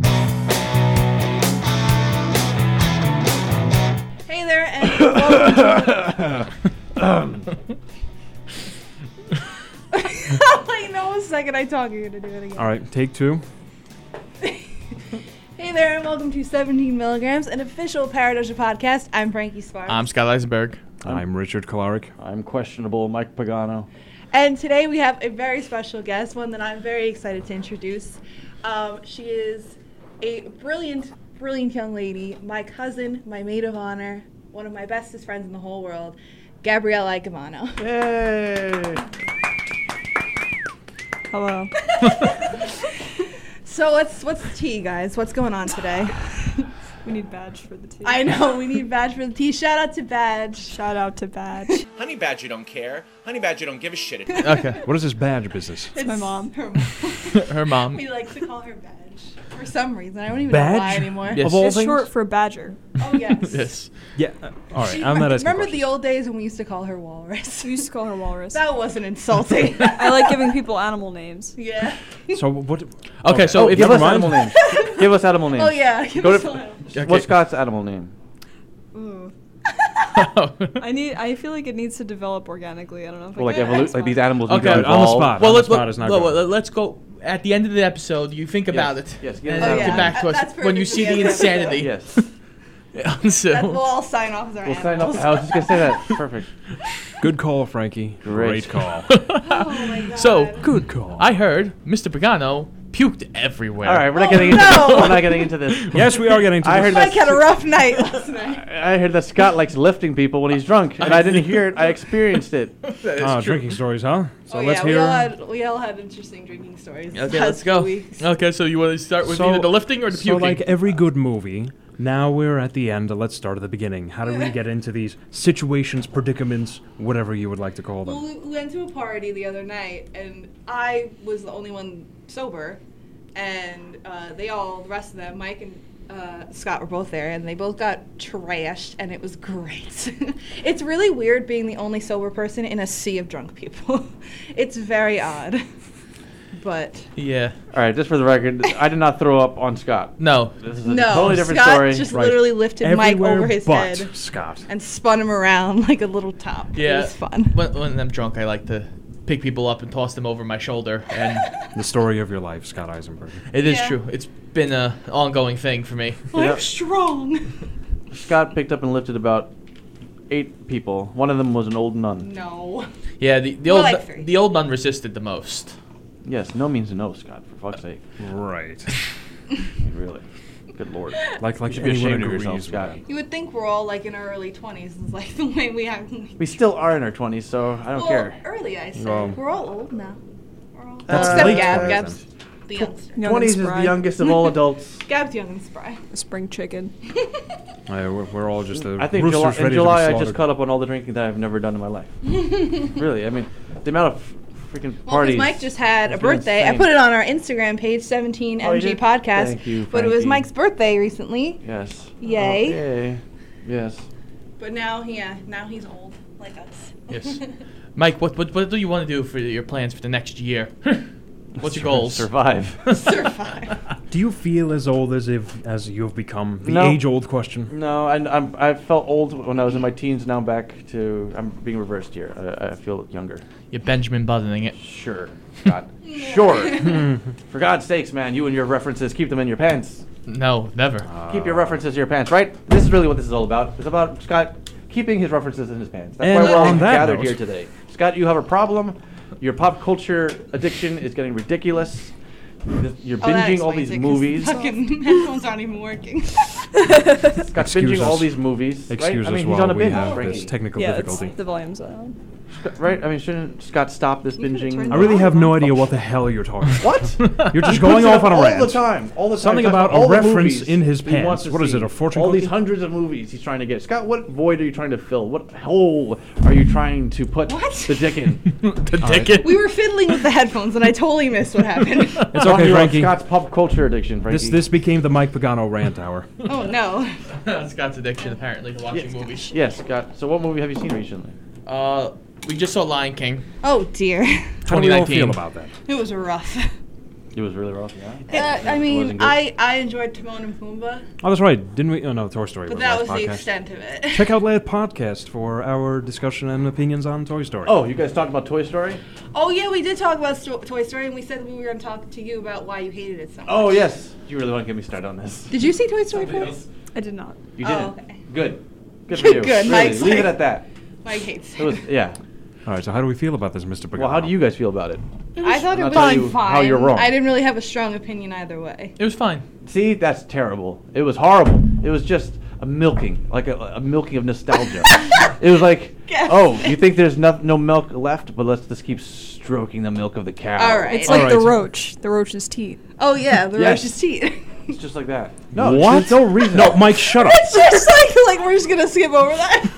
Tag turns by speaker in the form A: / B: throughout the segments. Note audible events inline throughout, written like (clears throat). A: (laughs) like, no second I talk, you're gonna do it again.
B: All right, take two.
A: (laughs) Hey there, and welcome to 17 Milligrams, an official Paradoja podcast. I'm Frankie Sparks.
C: I'm Scott Eisenberg.
B: I'm Richard Kolarik.
D: I'm questionable, Mike Pagano.
A: and today we have a very special guest, one that I'm very excited to introduce. Um, she is a brilliant, brilliant young lady, my cousin, my maid of honor, one of my bestest friends in the whole world, Gabrielle Icavano.
D: Yay!
E: (laughs) Hello.
A: (laughs) So what's what's the tea, guys? What's going on today?
E: We need Badge for the tea.
A: I know we need Badge for the tea. Shout out to Badge.
E: Shout out to (laughs) Badge.
F: Honey Badger don't care. Honey Badger don't give a shit.
C: Okay,
B: What is this badge business?
A: It's
E: my mom.
A: Her (laughs)
C: her mom. (laughs)
A: We like to call her Badge for some reason. I don't even know
B: Badge?
A: why anymore.
C: Yes.
B: Of all
E: it's
B: things?
E: short for Badger.
A: Oh yes.
C: Yes.
B: Yeah. uh, All right, I'm not asking.
A: Remember
B: questions.
A: the old days when we used to call her Walrus?
E: We used to call her
A: (laughs)
E: Walrus. (laughs)
A: that wasn't insulting.
E: I like giving people animal names.
A: (laughs) yeah.
B: So what?
C: Okay, so
D: oh,
C: if
D: give
C: never
D: us
C: mind.
D: animal names. (laughs) give us animal names.
A: Oh yeah. Give
D: Go
A: us
D: to-
A: a little-
C: Okay. (laughs)
D: What's Scott's animal name?
E: (laughs) Ooh. I need. I feel like it needs to develop organically. I don't know if
D: Or
E: I
D: like
E: can.
D: evolu- like these animals need
C: Okay,
D: to
C: on the
D: evolve.
B: spot.
C: well,
B: on the
C: let's,
B: spot is not
C: well,
B: good.
C: well, let's go at the end of the episode. You think about it,
D: yes, give
C: and
D: us
C: then
A: that
C: get
A: one.
C: back to
A: That-
C: us
A: that's
C: when
A: for the
C: you see the
A: episode.
C: insanity.
D: Yes.
C: (laughs) so,
A: That- we'll all sign off as our
D: We'll sign up.
A: animals.
D: I was just gonna
A: (laughs)
D: say that. Perfect.
B: Good call, Frankie.
D: Great.
B: call.
A: Oh my god.
C: So,
B: Good call.
C: I heard Mr. Pagano puked everywhere.
D: (laughs) All right, we're
A: Oh,
D: not getting into
A: no.
D: this. We're not getting into this.
B: yes, we are getting to
D: I
B: this.
D: heard
A: Mike had a rough night last night.
D: I heard that Scott likes lifting people when he's drunk, and I didn't hear it. I experienced it.
C: That is
B: Ah,
C: true.
B: drinking stories, huh? So
A: oh
B: let's
A: yeah,
B: hear.
A: we all had we all had interesting drinking stories. the
C: Okay,
A: past
C: let's
A: few
C: go.
A: weeks.
C: Okay, so you want to start with
B: So-
C: either the lifting or the
B: so
C: puking?
B: like every good movie, now we're at the end. Let's start at the beginning. How
A: (laughs)
B: do we get into these situations, predicaments, whatever you would like to call
A: Well,
B: them?
A: we we went to a party the other night, and I was the only one sober, and uh, they all, the rest of them, Mike and uh, Scott were both there, and they both got trashed, and it was great. (laughs) it's really weird being the only sober person in a sea of drunk people. (laughs) it's very odd, but
C: yeah.
D: (laughs) All right, just for the record, I did not throw up on Scott.
C: No.
D: This is a
A: no,
D: totally different
A: Scott
D: story.
A: just
B: Right.
A: literally lifted Mike
B: Everywhere
A: over his
B: but
A: head
B: Scott.
A: and spun him around (laughs) like a little top.
C: Yeah.
A: it was fun.
C: When, when I'm drunk, I like to pick people up and toss them over my shoulder, and
B: The story of your life, Scott Eisenberg.
C: it is
A: Yeah.
C: true. It's been a ongoing thing for me.
A: I'm
D: Yep.
A: strong. (laughs)
D: Scott picked up and lifted about eight people. One of them was an old nun.
A: No.
C: Yeah, the, the
A: More
C: old
A: like three.
C: the old nun resisted the most.
D: Yes, no means no, Scott. For fuck's sake,
B: Right.
D: I mean, really. Good
B: (laughs)
D: lord.
A: (laughs)
B: Like like
D: You should be
B: anyone
D: ashamed of yourself,
B: agrees with
D: Scott.
B: that.
A: You would think we're all like in our early twenties, is like the way we act. when
D: We still are in our twenties, so I don't
A: well,
D: care.
A: early, I said.
B: Well.
A: we're all old now. We're all
D: That's
A: except
D: late
A: Gab.
B: for
A: Gab's the youngster.
E: Young and
D: Twenties is the
E: spry.
D: youngest of
A: (laughs)
D: all adults.
A: Gab's young and spry. (laughs)
E: Spring chicken.
B: Uh, we're, we're all just the
D: I think
B: roosters
D: July,
B: ready
D: in July
B: to
D: I
B: be
D: just caught up on all the drinking that I've never done in my
A: (laughs)
D: life. really, I mean, the amount of freaking
A: Well,
D: parties.
A: because Mike just had a
D: It's been
A: birthday. I
D: insane.
A: put it on our Instagram page, 17
D: Oh, you
A: MG
D: did?
A: Podcast.
D: Thank you,
A: but it was
D: Frankie.
A: Mike's birthday recently.
D: Yes.
A: Yay.
D: Oh, yay. Yes.
A: But now, yeah, now he's old, like us. (laughs)
C: Yes. Mike, what, what what do you want to do for your plans for the next (laughs) year? What's your goals?
D: Survive. (laughs)
A: Survive.
B: Do you feel as old as if as you have become? The
D: No.
B: age-old question.
D: No, I, I'm, I felt old when I was in my teens. Now I'm back to I'm being reversed here. I, I feel younger.
C: (laughs) You're Benjamin Buttoning it.
D: Sure, (laughs) God,
A: (laughs)
D: sure. Hmm. For God's sakes, man, you and your references, keep them in your pants.
C: No, never.
D: Keep your references in your pants, right? This is really what this is all about. It's about Scott keeping his references in his pants. That's
B: And
D: why we're all
B: on that
D: gathered
B: note-
D: here today. Scott, you have a problem. Your pop culture addiction is getting ridiculous. Th- You're
A: Oh,
D: binging all these movies.
A: Fucking (laughs) headphones aren't even working.
D: Scott's
B: Excuse
D: binging all
B: us.
D: these movies. right?
B: Excuse
D: I mean,
B: us
D: he's
B: while
D: on a
B: we
D: binge,
B: have
D: Frankie.
B: this technical
E: Yeah, it's,
B: difficulty.
E: the volume's on.
D: Right? I mean, shouldn't Scott stop this
A: You could've
D: binging?
A: turned
B: I really
A: Oh,
B: have
A: my
B: no idea what the hell you're talking. about.
D: What?
B: You're just (laughs)
D: He
B: going
D: puts it
B: off
D: up
B: on a
D: all
B: rant.
D: the time. All the time.
B: Something
D: He talks
B: about a
D: all the
B: reference
D: movies
B: in his
D: he
B: pants.
D: wants to
B: What is
D: see.
B: it, a fortune
D: All
B: cookie?
D: these hundreds of movies he's trying to get. Scott, what void are you trying to fill? What hole are you trying to put
A: What?
D: the
B: (laughs)
D: dick in?
C: (laughs) the
B: right.
C: ticket.
A: we were fiddling with the headphones, and I totally missed what happened.
D: (laughs)
B: It's
D: Talking
B: okay,
D: about
B: Frankie.
D: Scott's pop culture addiction, Frankie.
B: This this became the Mike Pagano rant hour.
A: oh no.
C: (laughs) That's Scott's addiction, apparently, to watching movies.
D: Yes, Scott. So what movie have you seen recently?
C: Uh, we just saw Lion King.
A: Oh dear. (laughs)
B: How do we all
C: 2019.
B: feel about that?
A: It was rough.
D: It was really rough. Yeah.
A: Uh, I
D: wasn't
A: mean,
D: good.
A: I, I enjoyed Timon and Pumbaa,
B: Oh, that's right. Didn't we? Oh, no, Toy Story.
A: but
B: was
A: that
B: last
A: was the
B: podcast.
A: extent of it.
B: Check out Lad Podcast for our discussion and opinions on Toy Story.
D: Oh, you guys talked about Toy Story?
A: (laughs) Oh yeah, we did talk about Sto- Toy Story, and we said we were going to talk to you about why you hated it so much.
D: Oh yes. You really want to get me started on this?
A: Did you see Toy Story four?
E: I did not.
D: You didn't.
A: Oh, okay.
D: Good.
A: (laughs)
D: Good for you.
A: Good,
D: Really,
A: Mike's
D: Leave it
A: like-
D: at that.
A: Mike hates it.
D: It was yeah.
B: All right. So how do we feel about this, Mr. Pagano?
D: Well, how do you guys feel about it?
A: I thought
D: I'm
A: it
D: not
A: was
D: telling you
A: fine.
D: how you're wrong.
A: I didn't really have a strong opinion either way.
C: It was fine.
D: See, that's terrible. It was horrible. It was just a milking, like a, a milking of
A: (laughs)
D: nostalgia. it was like,
A: Guess
D: oh, you think there's no, no milk left, but let's just keep stroking the milk of the cow.
A: All right.
E: It's
A: All
E: like the
B: right.
E: roach. The roach's teeth.
A: Oh yeah, the
D: Yes.
A: roach's teeth. (laughs)
D: It's just like that. No,
B: No, what?
D: there's no reason.
B: No, Mike,
D: (laughs)
B: shut up.
A: just like like we're just gonna skip over that.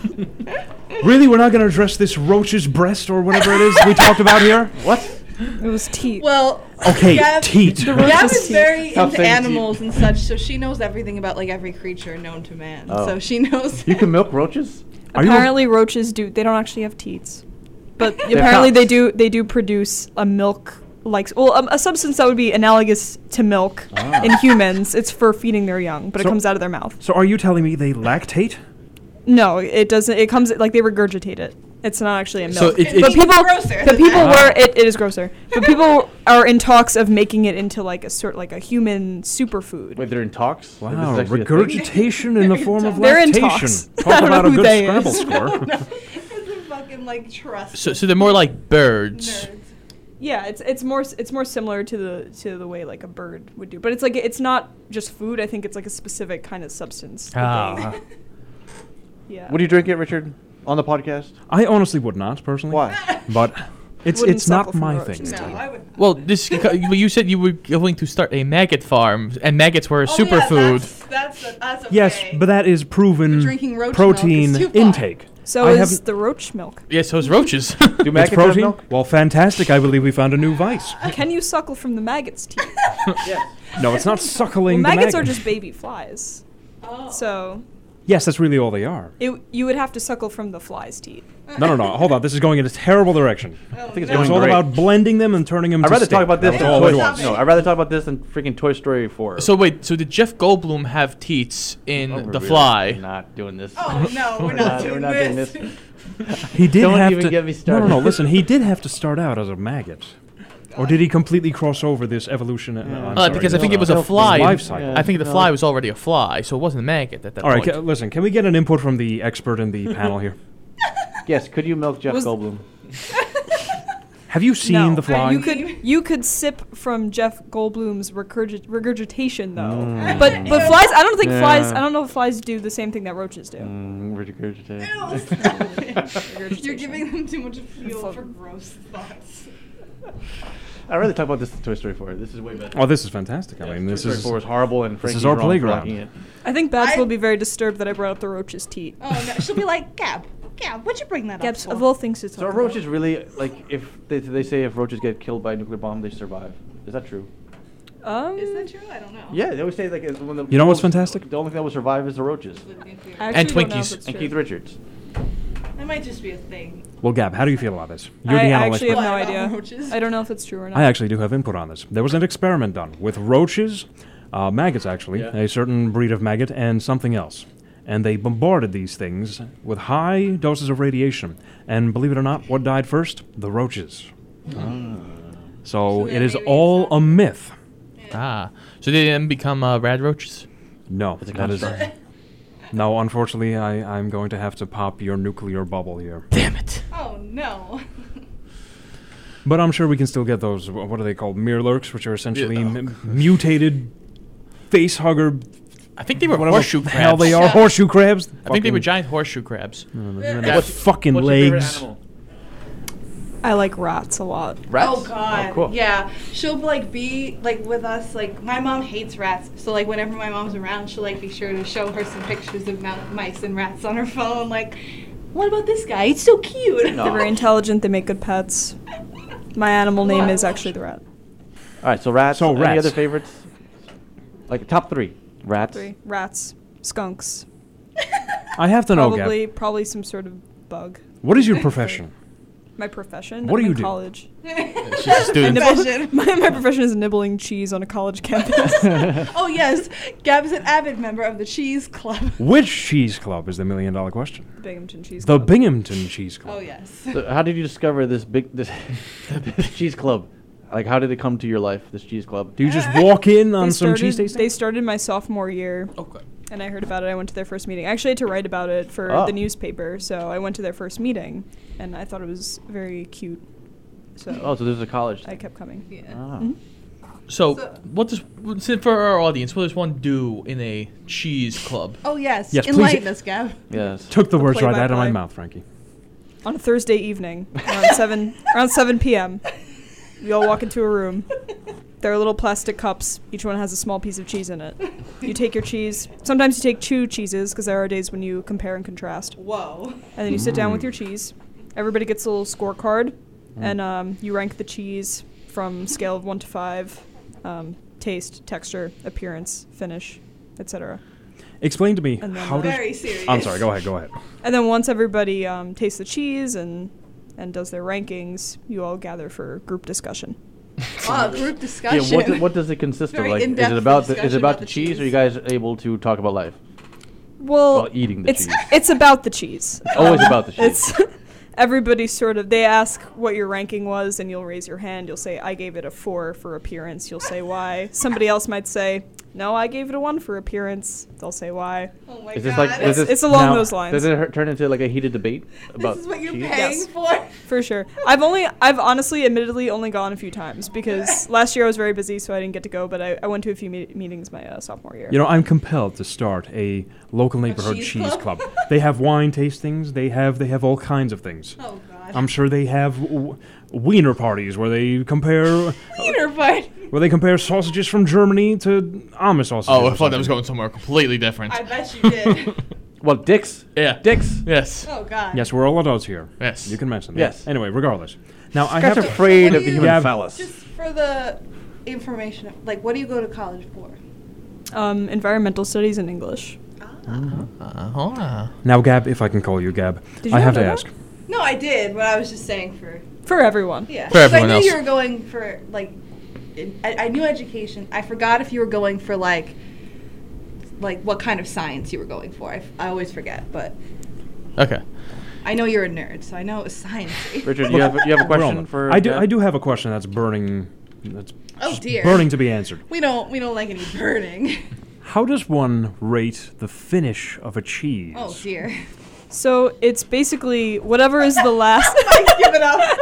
B: really, we're not going to address this roach's breast or whatever it is we talked about here.
D: What?
E: It was teeth.
A: well,
B: Okay,
A: Gab,
B: teat.
A: Gab
E: roach's
A: is
E: teeth.
A: very
D: Stop
A: into
D: saying
A: animals and such, so she knows everything about like every creature known to man.
D: Oh.
A: So she knows.
D: You can milk roaches?
B: Are you-
E: apparently, roaches do. They don't actually have teats, but
A: They're
E: apparently they
D: cocks.
E: do. They do produce a milk like well um, a substance that would be analogous to milk in humans. It's for feeding their young, but
B: So-
E: it comes out of their mouth.
B: So are you telling me they lactate?
E: No, it doesn't. It comes like they regurgitate it. It's not actually a milk.
C: So it,
E: but
A: It's
C: it,
E: people,
A: grosser
E: the
A: than
E: people
A: that.
E: were it, it is grosser. But people are in talks of making it into like a sort like a human superfood.
D: Wait, they're in talks? Like, this
B: Wow,
D: is actually a thing?
B: regurgitation
E: (laughs)
B: in the form of
E: They're in
B: lactation.
E: talks. I
B: Talk
E: don't
B: about
E: know
B: a
E: who
B: good
E: they
B: Scrabble
E: is. (laughs)
B: score.
A: (laughs) It's a fucking like trust.
C: so, so they're more like birds.
A: nerds.
E: Yeah, it's it's more s- it's more similar to the to the way like a bird would do. But it's like it's not just food. I think it's like a specific kind of substance. that they-
C: Ah.
E: yeah.
D: Would you drink it, Richard? On the podcast?
B: I honestly would not personally. (laughs)
D: Why?
B: But it's
E: Wouldn't
B: it's not
E: suffer from
B: my
E: roaches.
B: thing.
A: No,
E: Teeth.
A: I would.
C: Well, this well, you said you were going to start a maggot farm, and maggots were a
A: Oh, yeah,
C: superfood.
A: that's, that's, that's okay.
B: Yes, but that is proven
A: You're drinking roach milk
B: protein
A: is too far.
B: intake.
E: so
B: I
E: is
B: haven't-
E: the roach milk.
C: yeah, so is (laughs) roaches.
D: Do
B: It's
D: maggots have
B: protein.
D: milk?
B: Well, fantastic! I believe we found a new
E: (laughs)
B: vice.
E: Can you suckle from the maggot's
B: (laughs)
E: teeth?
D: Yes.
B: No, it's not
E: well,
B: suckling. the (laughs)
E: maggots are
B: maggot.
E: just baby flies.
A: Oh.
E: So
B: Yes, that's really all they are.
E: it, you would have to suckle from the fly's teeth.
B: No, no, no. Hold on. This is going in a terrible direction.
A: Oh,
D: think it's
B: It
A: no.
B: was all
D: Great.
B: about blending them and turning them.
D: I'd
B: to
D: rather
B: steak.
D: talk about
B: That
D: this
B: was
D: than
B: all
D: Toy
B: it
A: Stop
B: was.
A: it.
D: No, I'd rather talk about this than freaking Toy Story 4.
C: so wait, so did Jeff Goldblum have teats in
D: Oh, we're
C: The
D: really
C: Fly?
D: Not doing this.
A: Oh no, we're
D: We're
A: not,
D: not-
A: doing,
D: (laughs) we're not doing
A: this. (laughs)
D: this.
B: He did
D: Don't
B: have
D: even
B: to.
D: get me
B: No, no, no.
D: started.
B: Listen, he did have to start out as a maggot, or did he completely cross over this evolution? No, I'm
C: Uh,
B: sorry,
C: because I
B: no,
C: think
B: no.
C: it was a fly.
B: life cycle.
C: I think the
D: No.
C: fly was already a fly, so it wasn't a maggot at that
B: All right,
C: point.
B: ca- listen. Can we get an input from the expert in
D: (laughs)
B: the panel here?
D: Yes, could you milk Jeff
E: Was-
D: Goldblum?
B: Have you seen
E: No.
B: the fly?
E: You could you could sip from Jeff Goldblum's regurgi- regurgitation though.
D: Mm.
E: But but flies, I don't think flies.
D: Yeah.
E: I don't know if flies do the same thing that roaches do.
D: Mm, regurgitate.
A: Ew, stop it.
B: Mm.
A: You're
E: Regurgitation.
A: giving them too much fuel
E: Fuck.
A: for gross thoughts.
D: I'd rather talk about this than Toy Story 4. This is way better.
B: Oh, this is fantastic. I mean,
D: Toy
B: this
D: Story
B: is
D: 4 is horrible, and Frankie's
B: is our
D: wrong for
B: playground.
D: liking it.
E: I think Babs
A: I-
E: will be very disturbed that I brought up the roach's teeth.
A: Oh no, she'll be like, Gab, Gab, what'd you bring that
E: Gabs,
A: up
E: of
A: for?
E: all things to talk
D: So are
E: about.
D: roaches really like if they, they say if roaches get killed by a nuclear bomb, they survive? Is that true?
E: Um,
A: Is that true? I don't know.
D: Yeah, they always say like it's when the
B: You know what's
D: most-
B: fantastic?
D: The only thing that will survive is the roaches
E: I
A: That
E: actually
C: And
E: don't know if
C: Twinkies.
E: it's
D: and
E: true.
D: Keith Richards.
A: might just be a thing. (laughs)
B: well, Gab. How do you feel about this?
E: I,
B: You're the
E: I
B: animal
E: actually
B: expert.
E: have no
A: What about
E: idea.
A: roaches?
E: I don't know if it's true or not.
B: I actually do have input on this. There was an experiment done with roaches, uh, maggots actually,
D: Yeah.
B: a certain breed of maggot, and something else. And they bombarded these things with high doses of radiation. And believe it or not, what died first? The roaches.
D: Ah.
B: So
A: So
B: it
A: then
B: is
A: maybe it's
B: all
A: not-
B: a myth.
C: Ah, so they didn't become uh, rad roaches.
B: No,
D: It's a
B: that is
D: construct.
B: (laughs) no. Unfortunately, I, I'm going to have to pop your nuclear bubble here.
C: Damn it!
A: Oh no.
B: But I'm sure we can still get those. wh- What are they called? Mirlurks, which are essentially
C: oh,
B: m- mutated face hugger.
C: I think they were
B: Whatever
C: horseshoe
B: the
C: crabs.
B: hell they are
A: Yeah.
B: horseshoe crabs.
C: I think they were
B: Fucking-
C: giant horseshoe crabs.
B: That fucking
D: What's your favorite
B: legs.
D: animal?
E: I like rats a lot.
D: Rats.
A: Oh god.
D: Oh, cool.
A: Yeah. She'll like be like with us. Like my mom hates rats, so like whenever my mom's around, she'll like be sure to show her some pictures of mou- mice and rats on her phone. Like, what about this guy? It's so cute.
D: No.
E: They're very
A: (laughs)
E: intelligent. They make good pets. My animal name is actually the rat.
D: All right, so rats.
B: So
D: any
B: rats.
D: other favorites? Like top three. Rats.
E: Three rats, skunks,
B: I have to know,
E: probably
B: Gab.
E: probably some sort of bug.
B: What is your profession?
E: my profession.
B: What do
E: I'm
B: you
E: in
B: do? (laughs)
E: college.
C: She's a student.
E: Nibble-
A: Profession.
E: (laughs) my, my profession is nibbling cheese on a college campus.
B: (laughs)
A: (laughs)
D: (laughs)
A: Oh yes, Gab is an avid member of the Cheese Club.
B: Which cheese club is the million dollar question?
E: Binghamton cheese.
B: The
E: Club.
B: Binghamton Cheese Club.
A: Oh yes.
D: So how did you discover this big this, (laughs) this cheese club? Like, how did it come to your life? This cheese club.
B: Do you just walk in on some
E: They started,
B: cheese tasting?
E: they started my sophomore year,
C: Okay.
E: and I heard about it. I went to their first meeting. I actually had to write about it for
D: Oh.
E: the newspaper, so I went to their first meeting, and I thought it was very cute. So
D: Oh, so this is a college.
E: I kept coming.
A: Yeah.
D: Ah.
C: So,
A: So-
C: what does so for our audience? What does one do in a cheese club?
A: Oh yes.
B: Yes, please-
A: Enlighten us, Gab.
D: Yes.
B: Took the words right out of my
E: play-by-play.
B: mouth, Frankie.
E: On a Thursday evening, around seven around seven p.m., you all walk into a room. There are little plastic cups. Each one has a small piece of cheese in it. You take your cheese. Sometimes you take two cheeses because there are days when you compare and contrast.
A: (laughs) Whoa.
E: and then you sit down with your cheese. Everybody gets a little scorecard, and um, you rank the cheese from scale of one to five: um, taste, texture, appearance, finish, etc.
B: Explain to me
E: And then
B: how
E: the-
B: does.
A: Very serious.
B: I'm sorry. Go ahead. Go ahead.
E: And then once everybody um, tastes the cheese and and does their rankings, you all gather for group discussion.
A: Wow, group
D: Yeah.
A: discussion.
D: What, do- what does it consist of?
A: Very
D: Like, is
A: in-depth
D: it about the, is
A: discussion
D: it about,
A: about
D: the
A: the
D: cheese, or
A: cheese.
D: you guys able to talk about life?
E: Well,
D: While eating the
E: it's
D: cheese.
E: it's about the (laughs) cheese.
D: Always about the cheese.
E: It's (laughs) everybody sort of they ask what your ranking was, and you'll raise your hand. You'll say, "I gave it a four for appearance." You'll say why. Somebody else might say, "No, I gave it a one for appearance." They'll say why.
A: Oh my god.
D: Is this like does
A: this,
D: this
E: it's along
D: now-
E: those lines.
D: Does it hurt- turn into like a heated debate about
A: is what you're
D: cheese?
A: paying
E: Yes.
A: for.
E: For sure. I've only, I've honestly, admittedly, only gone a few times because last year I was very busy, so I didn't get to go. But I, I went to a few me- meetings my uh, sophomore year.
B: You know, I'm compelled to start a local neighborhood
A: cheese
B: cheese, club.
A: club?
B: they have wine tastings. They have they have all kinds of things.
A: (laughs) Oh god.
B: I'm sure they have w- wiener parties where they compare
A: Peter, but
B: where they compare sausages from Germany to Amish sausages.
C: (laughs) Oh,
B: or
C: I thought that was
B: something.
C: going somewhere completely different.
A: I bet you
D: (laughs)
A: did.
D: Well, dicks.
C: yeah.
D: Dicks.
C: Yes.
A: oh god.
B: Yes, we're all adults here.
C: Yes.
B: You can mention that.
D: Yes.
B: Anyway, regardless. Now I
D: Guys
B: have
D: are
B: to-
D: afraid of the
A: What do
D: human
B: you-
D: phallus.
A: Just for the information, like, what do you go to college for?
E: Um, environmental studies in English.
D: Ah.
A: Mm.
C: Uh-huh.
B: now, Gab, if I can call you Gab,
E: Did
B: I
E: you
B: have
E: know
B: to
E: that?
B: ask.
A: No, I did, but I was just saying for
E: For everyone.
A: yeah.
C: For
A: 'Cause I
C: everyone
A: knew
C: else.
A: you were going for like, in, I, I knew education. I forgot if you were going for like, like what kind of science you were going for. I, f- I always forget, but
C: Okay.
A: I know you're a nerd, so I know it was science.
D: Richard, you have you
A: (laughs)
D: have a
B: We're all
D: question
B: done.
D: for?
B: I do.
D: Jeff?
B: I do have a question that's burning. That's
A: Oh,
B: just
A: dear.
B: Burning to be answered.
A: we don't we don't like any
E: (laughs)
A: burning.
B: How does one rate the finish of a cheese?
A: oh dear. (laughs)
E: So it's basically whatever is the last.
A: Give it
E: (laughs)
A: up.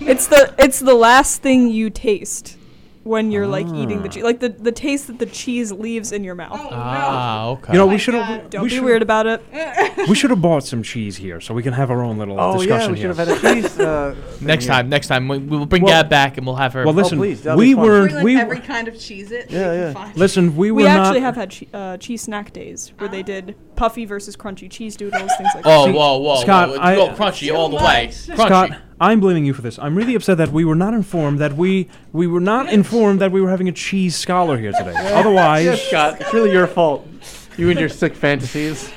E: it's the it's the last thing you taste when you're like eating the
B: Ah.
E: cheese, like the the taste that the cheese leaves in your mouth.
A: Oh,
C: Ah, okay.
B: You know,
A: my
B: we should
A: God.
B: have.
E: Don't
B: we
E: be
B: should-
E: weird about it.
B: (laughs) We should have bought some cheese here, so we can have our own little
D: Oh yeah,
B: discussion
D: we
B: here.
D: should have had a cheese. (laughs) Uh, thing
C: next
D: here.
C: time, next time we, we will bring
B: Well-
C: Gab back and we'll have her.
B: well, listen,
D: Oh, please, that'd be
B: we
D: fun.
B: were
A: Bring like
B: we
A: every
B: were-
A: kind of cheese it. (laughs)
D: Yeah,
A: we can
D: yeah.
A: find.
B: listen. We were
E: We actually
B: not.
E: have had che- uh, cheese snack days where they did puffy versus crunchy cheese doodles, things like
C: oh,
B: See,
C: whoa, whoa,
B: Scott,
C: whoa!
B: I-
C: Go crunchy all the way.
A: Scott-
C: Crunchy.
B: Scott, I'm blaming you for this. I'm really upset that we were not informed that we we were not informed that we were having a cheese scholar here today. Otherwise,
D: Yes, Scott, it's really your fault. You and your sick fantasies.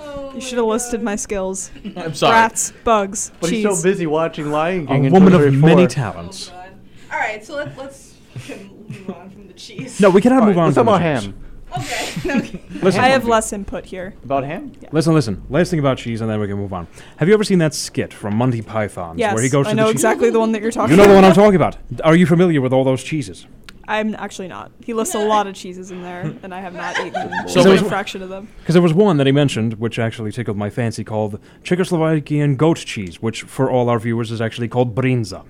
A: Oh
E: You should have listed my skills:
C: I'm sorry.
E: rats, bugs,
D: But
E: cheese.
D: he's so busy watching Lion
B: a
D: King. and
B: woman
D: Toy
B: of
D: Story
B: many
D: 4.
A: Oh
B: talents.
A: god. All right, so let's let's fucking move on from the cheese.
B: No, we cannot move on.
D: Let's
B: from
D: talk about
B: the cheese.
D: ham. (laughs)
A: Okay. (laughs) Okay.
B: Listen,
E: I have less input here.
D: About ham?
B: listen, listen. Last thing about cheese, and then we can move on. Have you ever seen that skit from Monty Python
E: Yes,
B: where he goes
E: I
B: to
E: know
B: the cheese?
E: exactly the one that you're talking
B: You know the one
E: about.
B: I'm talking about. Are you familiar with all those cheeses?
E: I'm actually not. He lists a lot of cheeses in
B: (laughs)
E: there, and I have not eaten
C: So
E: so a
C: wait-
E: fraction of them.
B: Because there was one that he mentioned, which actually tickled my fancy, called Czechoslovakian goat cheese, which for all our viewers is actually called brinza,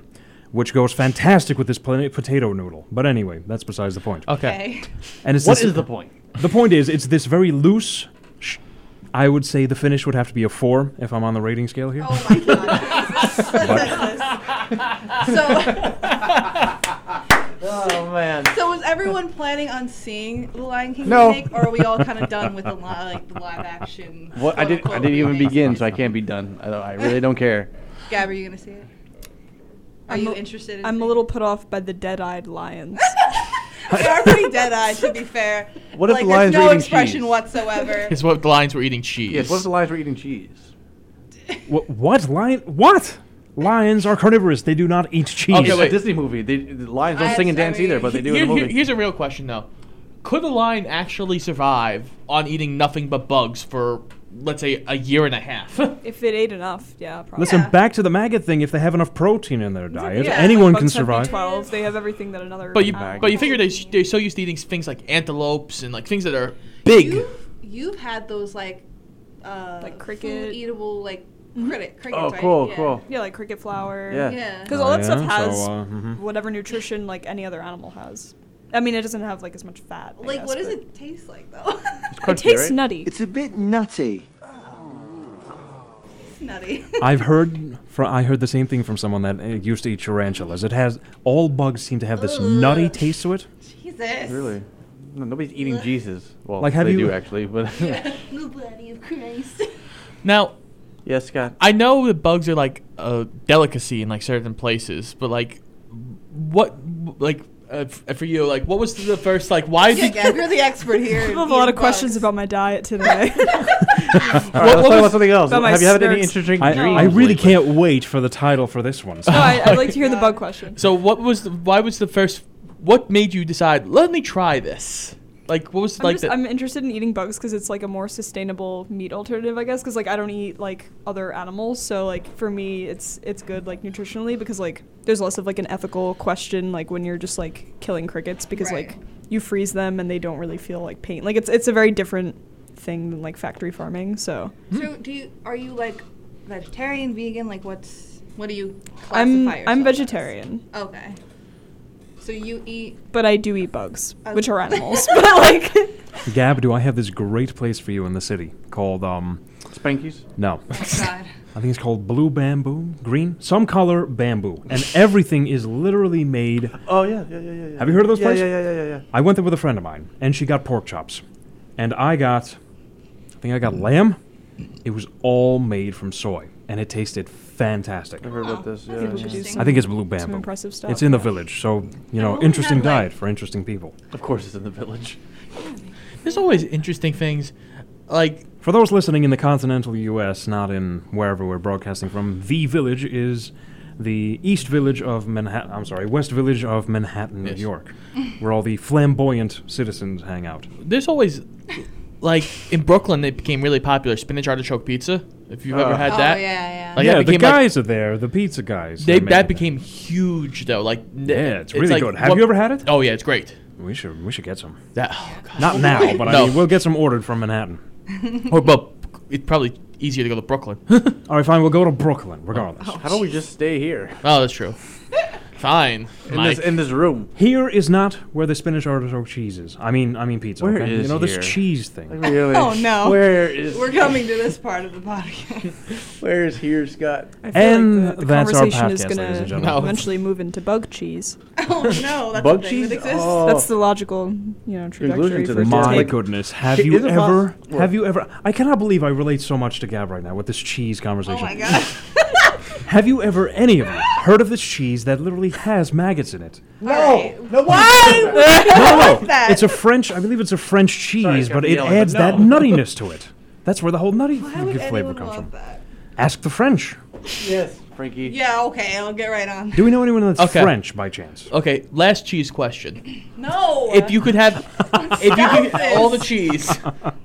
B: which goes fantastic with this pla- potato noodle. But anyway, that's besides the point.
C: Okay.
A: okay.
B: And it's
D: What
B: this-
D: is the point?
B: The point is, it's this very loose. Sh- I would say the finish would have to be a four if I'm on the rating scale here.
A: Oh my
D: (laughs)
A: god. so,
D: Oh, man.
A: so was everyone planning on seeing the Lion King
D: No.
A: remake, or are we all kind of done with the li- like the live action?
D: What I didn't I
A: quote-unquote
D: didn't even
A: remake?
D: begin, so I can't be done. I, don't, I really don't care.
A: Gab, are you gonna see it? Are
E: I'm
A: you
E: a-
A: interested? in
E: I'm
A: seeing
E: a
A: it?
E: little put off by the dead-eyed lions.
A: They are pretty dead-eyed, to be fair.
D: What if
A: like,
D: the lions
A: there's
D: were
A: no
D: eating
A: expression
D: cheese?
A: whatsoever.
C: Is what the lions were eating cheese.
D: Yes, what if the lions were eating cheese?
B: Wh- what lion? What? Lions are carnivorous. They do not eat cheese.
C: Okay,
D: It's
C: wait.
D: a Disney movie. They, the lions
A: I-
D: don't sing and
A: I
D: dance
A: mean-
D: either, but they do
C: Here-
D: in the
C: here-
D: movie.
C: here's a real question though: Could a lion actually survive on eating nothing but bugs for, let's say, a year and a half? (laughs)
E: If it ate enough, yeah, probably.
B: Listen,
A: Yeah.
B: back to the maggot thing. If they have enough protein in their diet,
A: yeah.
B: anyone
E: Bugs
B: can
E: have
B: survive.
E: B12, they have everything that another.
C: but you,
E: animal-
C: but you figure they, they're so used to eating things like antelopes and like things that are
B: Big.
A: You, you've had those like, uh,
E: Like cricket.
A: food eatable like cricket. crickets,
D: Oh,
A: right?
D: cool,
A: Yeah.
D: cool.
E: yeah, like cricket flour.
D: Yeah.
A: Mm-hmm. Yeah.
E: Because all that stuff
B: Oh, Yeah, so,
E: has
B: uh, mhm.
E: whatever nutrition like any other animal has. I mean, it doesn't have like as much fat. I
A: Like,
E: guess,
A: what does
E: but-
A: it taste like though? (laughs)
E: It
D: Crunchy,
E: tastes
D: right?
E: nutty.
G: It's a bit nutty.
A: it's nutty.
B: I've heard fr I heard the same thing from someone that uh, used to eat tarantulas. It has all bugs seem to have this nutty taste to it.
A: Jesus.
D: Really? No, nobody's eating Jesus. Well,
B: Like, have
D: they
B: you-
D: do actually, but (laughs)
A: The bloody of (laughs) Christ.
C: now.
D: yes, Scott.
C: I know that bugs are like a delicacy in like certain places, but like, what like uh, f- for you? Like, what was the first like? Why
A: yeah,
C: did
A: Gab, you're the expert here.
E: I have a lot of questions about my
A: (laughs)
E: diet today. (laughs)
D: All right,
C: What-
D: let's
C: what
D: talk
C: was-
D: about something else.
E: about my
D: Have you had any
E: snacks?
D: interesting
B: I,
D: dreams?
B: I really
D: lately?
B: can't wait for the title for this one. So
E: (laughs) No, I, I'd like to hear the bug question.
C: (laughs) So what was the, why was the first? What made you decide? Let me try this. Like what was
E: I'm,
C: like
E: just,
C: the,
E: I'm interested in eating bugs because it's like a more sustainable meat alternative, I guess. Because like I don't eat like other animals, so like for me, it's it's good like nutritionally because like there's less of like an ethical question like when you're just like killing crickets because
A: Right.
E: like you freeze them and they don't really feel like pain. Like it's it's a very different thing than like factory farming. So
A: So, do you are you like vegetarian, vegan? Like, what's what do you classify
E: I'm I'm
A: yourself as?
E: vegetarian,
A: Okay. So you eat
E: but I do eat bugs,
A: I- (laughs)
E: which are animals. but like (laughs)
B: Gab, do I have this great place for you in the city called um
D: Spankies.
B: no. (laughs)
C: Oh
A: God.
B: I think it's called blue bamboo, green, some color bamboo, and everything is literally made.
D: Oh yeah, yeah, yeah, yeah. yeah.
B: Have you heard of this
D: yeah,
B: place?
D: Yeah, yeah, yeah, yeah, yeah.
B: I went there with a friend of mine, and she got pork chops, and I got, I think I got lamb. It was all made from soy, and it tasted fantastic.
D: I heard about this. Yeah,
A: that's
D: yeah.
A: Oh. interesting.
B: I think it's blue bamboo.
E: impressive stuff,
B: It's in the
E: yeah.
B: village, so you
A: I've
B: know,
A: only
B: interesting
A: had, like-
B: diet for interesting people.
D: Of course, it's in the village.
C: there's always interesting things. Like
B: For those listening in the continental U.S., not in wherever we're broadcasting from, the village is the East Village of Manhattan. I'm sorry, West Village of Manhattan,
C: Yes.
B: New York, where all the flamboyant citizens hang out.
C: there's always like in Brooklyn it became really popular spinach artichoke pizza. If you've ever
D: Oh.
C: had
A: Oh
C: that,
A: yeah, yeah.
C: Like, that
B: yeah, the
C: became, like-
B: guys are there, the pizza guys.
C: they
B: made
C: that
B: it.
C: became huge though. Like n-
B: Yeah, it's really
C: like,
B: good. Have
C: what-
B: you ever had it?
C: Oh yeah, it's great.
B: We should we should get
C: (laughs)
B: some.
C: That oh, God.
B: Not now, but I
C: No.
B: mean, we'll get some ordered from Manhattan.
C: or, but it's probably easier to go to Brooklyn. (laughs)
B: All right, fine. We'll go to Brooklyn, regardless.
D: How do we just stay here
C: Oh, that's true. Fine.
D: in
C: Mike.
D: this, in this room?
B: Here is not where the spinach artichoke cheese is. I mean, I mean pizza.
D: Where
B: okay?
D: is
B: you know
D: here?
B: this cheese thing?
D: Really?
A: Oh, no.
D: Where is
A: We're coming to this part of the podcast. (laughs)
D: where is here, Scott?
E: I feel
B: And
E: like the, the
B: that's our
E: conversation
B: podcast,
E: is
B: ladies and
E: gonna
B: gentlemen.
C: No.
E: eventually move into bug cheese.
A: oh no, that's
D: Bug
A: a thing
D: cheese?
A: that exists.
D: Oh.
E: That's the logical, you know, trajectory for
D: to this.
E: it to
B: My
D: Like-
E: take.
B: goodness, have
D: Shit,
B: you
D: is it poss-
B: ever?
D: What?
B: Have you ever? I cannot believe I relate so much to Gab right now with this cheese
A: Oh
B: conversation.
A: my god.
B: Have you ever, any of you, heard of this cheese that literally has maggots in
A: (laughs)
B: it?
A: Oh, No.
D: No.
A: Why?
B: No, no,
A: that?
B: it's a French. I believe it's a French cheese,
D: Sorry,
B: but it
D: Gabriella, but
B: adds
D: (laughs)
B: that
D: no.
B: nuttiness to it. That's where the whole nutty
A: Why would
B: flavor
A: anyone
B: comes
A: want
B: from.
A: that?
B: Ask the French.
D: Yes, Frankie.
A: Yeah. Okay. I'll get right on.
B: Do we know anyone that's
C: Okay.
B: French by chance?
C: Okay, last cheese question.
A: No.
C: If you could have, if you
A: (laughs)
C: could
A: Stop this.
C: all the cheese,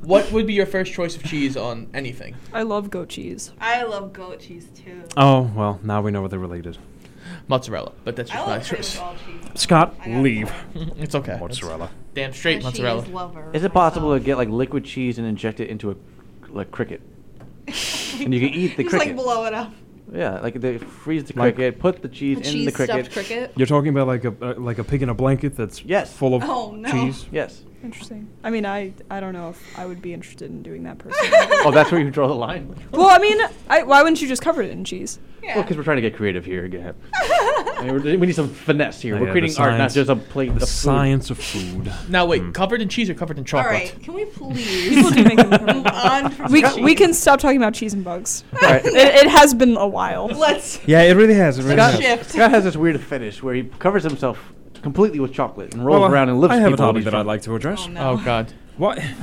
C: what would be your first choice of cheese on anything?
E: I love goat cheese.
A: I love goat cheese too.
B: Oh well, now we know what they're related.
C: Mozzarella, but that's
A: I
C: just
A: love
C: my
A: pretty
C: choice.
A: much all cheese.
B: Scott,
A: I got
B: leave.
C: (laughs) It's okay.
B: Mozzarella.
C: It's Damn
A: I'm
C: straight
A: a
C: mozzarella.
A: cheese lover
D: Is it possible to
A: myself. (laughs)
D: get like liquid cheese and inject it into a like cricket? and you can eat the
A: Just like
D: cricket.
A: blow it up.
D: yeah, like they freeze the
B: Like-
D: cricket, put the cheese
A: A
D: in
A: cheese
D: the cricket.
A: stuffed cricket. (laughs)
B: You're talking about like a uh, like a pig in a blanket that's
D: Yes.
B: full of
A: Oh, no.
B: cheese.
D: Yes.
E: Interesting. I mean, I I don't know if I would be interested in doing that personally.
D: Oh, that's where you draw the line.
E: well, I mean, I, why wouldn't you just cover it in cheese?
A: (laughs) Yeah.
D: Well, because we're trying to get creative here again. I mean, we're- we need some finesse here.
B: Yeah,
D: we're
B: the
D: creating art, not
B: science-
D: just a plate.
B: The
D: of food.
B: science of
D: (laughs)
B: food.
C: Now wait, covered in cheese or covered in
A: all
C: chocolate?
A: right. Can
B: (laughs)
A: we please
E: People do make them
A: move on from
E: (laughs) We,
A: cheese?
E: we can stop talking about cheese and bugs.
D: All
E: (laughs)
D: right.
E: It, it has been a while.
A: Let's
B: Yeah, it really has. It really
D: Scott,
B: has.
A: Shift.
D: Scott has this weird fetish where he covers himself completely with chocolate and rolls
B: Well,
D: around and lifts
B: I have a
D: people when
B: topic
D: he's
B: that I'd
D: drunk.
B: like to address.
A: Oh, (laughs) no.
C: Oh God.
B: (laughs) Why?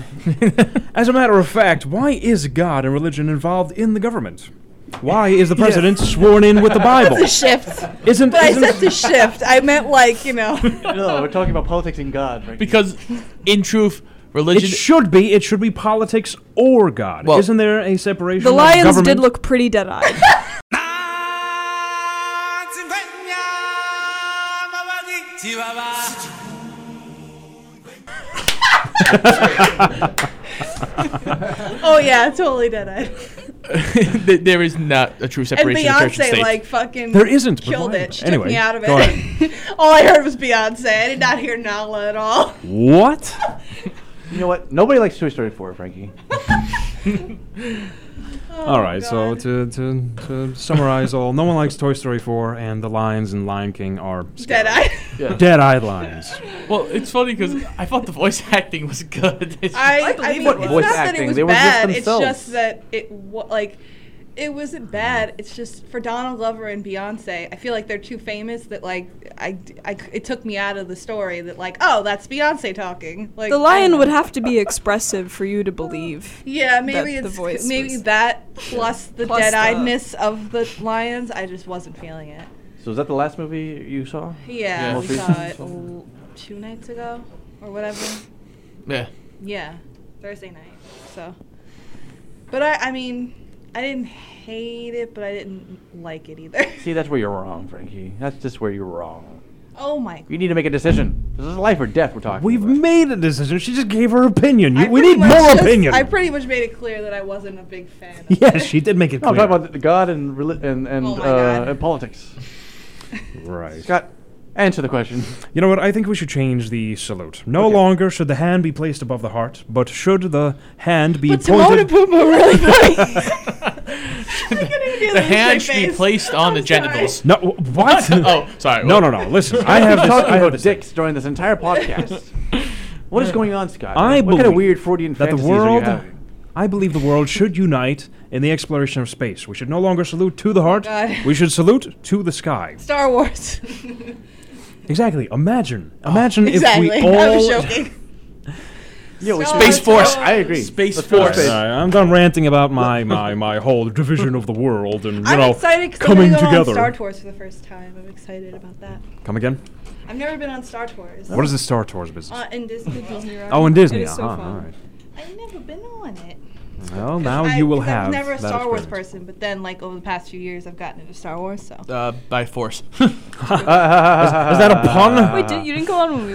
B: As a matter of fact, why is God and religion involved in the government? Why is
D: (laughs)
B: the president sworn in with the Bible?
A: It's a shift.
B: Isn't,
A: But I
B: isn't
A: said the shift. I meant like, you know.
D: (laughs) No, we're talking about politics and God. Right
C: Because, in truth,
B: it
C: religion. (laughs)
B: should be it should be politics or God.
C: Well-
B: isn't there a separation?
E: The
B: of
E: lions
B: government?
E: did look pretty dead-eyed.
A: Oh yeah, totally dead eyed.
C: th- there is not a true
A: And
C: separation of church and
A: Beyonce
C: state.
A: like fucking
B: There isn't, but
A: killed
B: why?
A: it. She
B: Anyway,
A: took me out of
B: go
A: it. (laughs) all I heard was Beyonce. I did not hear Nala at all.
B: What?
D: You know what? Nobody likes Toy Story 4, Frankie.
B: all right. So
A: Oh, God.
B: to, to to summarize all, no one likes Toy Story 4, and the lions and Lion King are
A: Dead eye.
B: (laughs) dead-eyed lions.
C: well, it's funny because I thought the voice (laughs) acting was good. It's-
A: I, I,
D: believe
A: mean,
D: what
A: it's
D: voice
A: not that
D: acting,
A: it was
D: they were just
A: bad.
D: themselves.
A: It's just that it wa- like it wasn't bad. It's just for Donald Glover and Beyonce. I feel like they're too famous that like I, I c- it took me out of the story that like oh that's Beyonce talking. Like
E: The
A: I
E: lion
A: don't
E: would
A: know.
E: have to be expressive for you to believe.
A: Yeah, maybe
E: that the
A: it's
E: voice
A: maybe
E: was- (laughs)
A: that plus the
E: Plus the-
A: dead-eyedness of the lions. I just wasn't feeling it.
D: So is that the last movie you saw?
A: Yeah,
C: Yeah.
A: we
D: Most
A: saw it l- two nights ago or whatever.
C: yeah.
A: Yeah, Thursday night. So, but I, I mean, I didn't hate it, but I didn't like it
B: (laughs)
A: either.
D: See, that's where you're wrong, Frankie. That's just where you're wrong.
A: oh my!
D: You need to make a decision. This is life or death we're talking
B: We've
D: about.
B: made a decision. She just gave her opinion. You,
A: I
B: we
A: pretty
B: need more
A: much just-
B: opinion.
A: I pretty much made it clear that I wasn't a big fan. Of
B: (laughs) yes, she did make it
D: No,
B: clear.
D: I'm talking about the God and reli- and and,
A: Oh my
D: uh,
A: God.
D: and politics.
B: right.
D: Scott, answer the question.
B: You know what? I think we should change the salute. No
D: Okay.
B: longer should the hand be placed above the heart, but should the hand be
A: But Timon
B: pointed.
A: and Pumbaa really
B: (laughs)
A: funny. (laughs) I'm gonna do
C: The
A: this with
C: hand
A: my
C: should be
A: face.
C: placed on the
A: I'm sorry.
C: genitals.
B: no, (laughs) wh- what?
D: (laughs)
C: oh, sorry.
B: No, no, no. Listen, (laughs) I
D: We've
B: have
D: been
B: this.
D: talking
B: I have
D: about
B: this
D: dicks during this entire podcast. what is going on, Scott?
B: I
D: what kind of
B: believe
D: weird Freudian
B: that the
D: fantasies are you
B: world-
D: having?
B: I believe the world should unite in the exploration of space. We should no longer salute to the heart.
A: God.
B: We should salute to the sky.
A: Star Wars.
B: Exactly.
A: (laughs)
B: Imagine. Imagine
A: exactly.
B: if we all.
A: I was joking.
D: Yeah,
A: Star
D: we should-
C: Space Force.
D: I agree.
C: Space
D: Let's go to
C: Force.
B: (laughs) All
D: space.
B: right, I'm done ranting about my, my, my whole division of the world and you
A: I'm
B: know
A: excited because I'm
B: coming
A: gonna go
B: together.
A: on Star Tours for the first time. I'm excited about that.
B: Come again?
A: I've never been on Star Tours.
B: What is the Star Tours business?
A: Uh, in Disney Disney World.
B: oh, in Disney.
E: It is so
B: uh-huh,
E: fun.
B: all right.
A: I've never been on it.
B: Well, now
A: I-
B: you will
A: 'cause I was
B: have.
A: never a
B: that
A: Star Wars
B: experience.
A: person, but then like over the past few years, I've gotten into Star Wars. So
C: Uh, by force.
B: (laughs)
C: (laughs)
B: Is that a (laughs) pun?
E: Wait, did, you didn't go on when we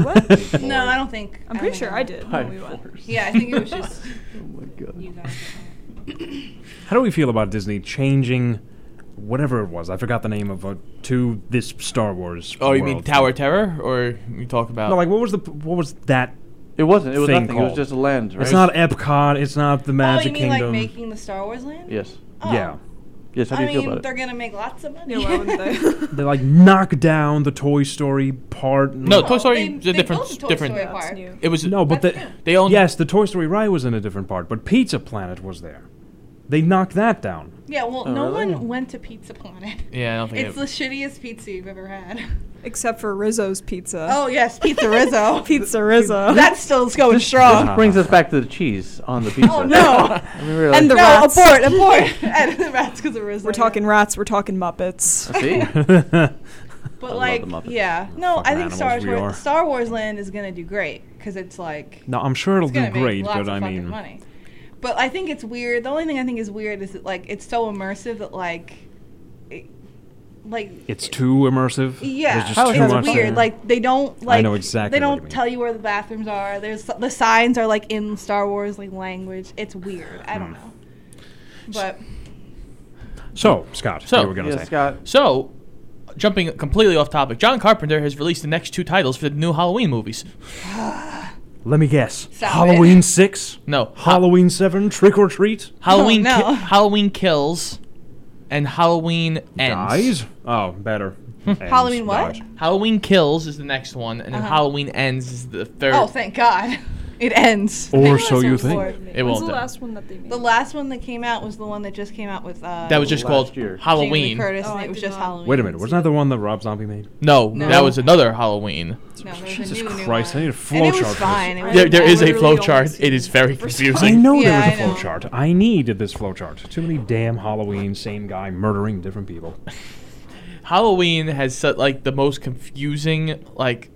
A: (laughs)
E: went?
A: no, I don't think.
E: I'm pretty
A: don't
E: sure
A: know.
E: I did when we went.
A: Yeah, I think it was just
E: (laughs)
D: Oh my god.
A: you guys.
B: How do we feel about Disney changing whatever it was? I forgot the name of it to this Star Wars.
C: oh, you mean
B: world
C: Tower
B: thing.
C: Terror, or you talk about?
B: No, like what was the what was that?
D: It wasn't. It was
B: Thing
D: nothing. It
B: called.
D: was just a land, right?
B: It's not Epcot. It's not the
A: Oh, you
B: Magic
A: mean
B: Kingdom.
A: like making the Star Wars land?
D: Yes.
A: Oh.
B: Yeah,
D: Yes. How do
A: I
D: you feel
A: mean,
D: about
A: they're
D: it?
A: gonna make lots of money.
E: Yeah, why wouldn't
A: (laughs)
E: they?
B: they like knock down the Toy Story part. and-
C: No,
A: Oh,
C: Toy Story
A: they-
C: is
A: they
C: a different,
A: built a Toy
C: different.
A: Story
E: That's
A: park.
E: new.
C: It was
B: no, but
A: That's
B: the,
A: new.
C: They own.
B: yes, the Toy Story ride was in a different part, but Pizza Planet was there. They knocked that down. (laughs)
A: Yeah, well, no
D: really?
A: one went to Pizza Planet.
C: Yeah, I don't think.
A: (laughs) It's
C: it-
A: the shittiest pizza you've ever had.
E: (laughs) Except for Rizzo's pizza.
A: Oh yes, Pizza Rizzo.
E: (laughs) Pizza Rizzo.
A: that still's going strong.
D: (laughs) This brings us back to the cheese on the pizza.
A: Oh
E: (laughs)
D: (laughs)
A: no!
D: I mean, we're
E: and the
D: like,
A: no,
E: rats.
A: abort, abort! (laughs) and the rats because of Rizzo.
E: We're talking rats, we're talking Muppets.
D: See?
A: But
D: love
A: like,
D: the Muppets.
A: yeah, no, I think
B: animals
A: Star
B: we are.
A: Wars Star Wars Land is gonna do great because it's like
B: no, I'm sure it'll
A: it's
B: do
A: gonna
B: great,
A: make lots
B: but
A: of
B: I
A: fucking
B: mean,
A: money. But I think it's weird. The only thing I think is weird is that like it's so immersive that like, it, like
B: it's too immersive.
A: yeah, Oh,
B: There's just
D: How is
B: too
D: that
A: it's
B: much
A: weird.
B: there.
A: Like they don't like
B: know exactly
A: they
B: what
A: don't
B: you mean.
A: tell you where the bathrooms are. There's the signs are like in Star Wars like language. It's weird. I
B: Hmm.
A: don't know. But
B: so, Scott,
C: So-
B: you were gonna
D: Yeah,
B: say
D: Scott.
C: so, jumping completely off topic, John Carpenter has released the next two titles for the new Halloween movies.
B: Let me guess.
A: Stop
B: Halloween six?
C: No, Ha-
B: Halloween seven? Trick or treat?
C: Halloween,
A: Oh, no.
C: Ki- Halloween kills, and Halloween ends.
B: Dies?
A: (laughs)
B: Oh, better. Ends,
A: Halloween what?
B: dodge.
A: Uh-huh.
C: Halloween kills is the next one, and then Halloween ends is the third.
A: oh, thank God. (laughs) It ends.
B: Or so you think.
E: It
C: It
E: was
C: won't
E: the
C: die.
E: last one that they made.
A: The last one that came out was the one that just came out with. Uh,
C: That was just
D: Last
C: called
D: year.
A: Jamie Lee
C: Halloween.
A: Curtis,
E: Oh,
A: and
E: I
A: it was
E: did
A: just
E: not.
A: Halloween.
B: Wait a minute, wasn't that the one that Rob Zombie made?
C: No, that
A: No.
C: was another Halloween.
A: No, there was a
B: Jesus
A: new, new
B: Christ,
A: one.
B: I need a flow
A: and it
B: chart for
A: was
B: this.
A: fine. It was
C: There, there is a
E: literally
C: flow
E: only
C: chart.
E: seen
C: It is very
B: I
C: confusing.
B: know
A: Yeah,
B: there
A: I
B: was a
A: know.
B: flowchart. I needed this flowchart. Too many damn Halloween, same guy murdering different people.
C: Halloween has set, like the most confusing like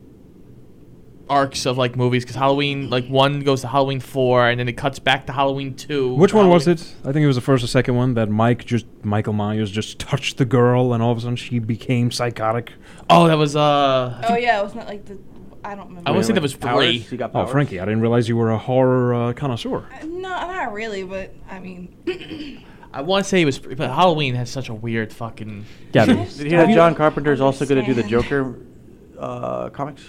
C: arcs of like movies because Halloween like one goes to Halloween four and then it cuts back to Halloween two.
B: Which one was
C: Halloween-
B: it? I think it was the first or second one that Mike just Michael Myers just touched the girl, and all of a sudden she became psychotic.
C: Oh, that was uh.
A: Oh yeah, it was not like the. I don't remember.
C: I was-
D: Really?
C: that was
D: Powers?
C: three.
D: He got
B: Oh,
D: powers?
B: Frankie, I didn't realize you were a horror uh, connoisseur.
A: No, not really, but I mean, (laughs)
C: I want to say it was, but Halloween has such a weird fucking.
B: Gabby,
D: Did you hear that John Carpenter is also going to do the
A: Understand.
D: Joker uh, comics?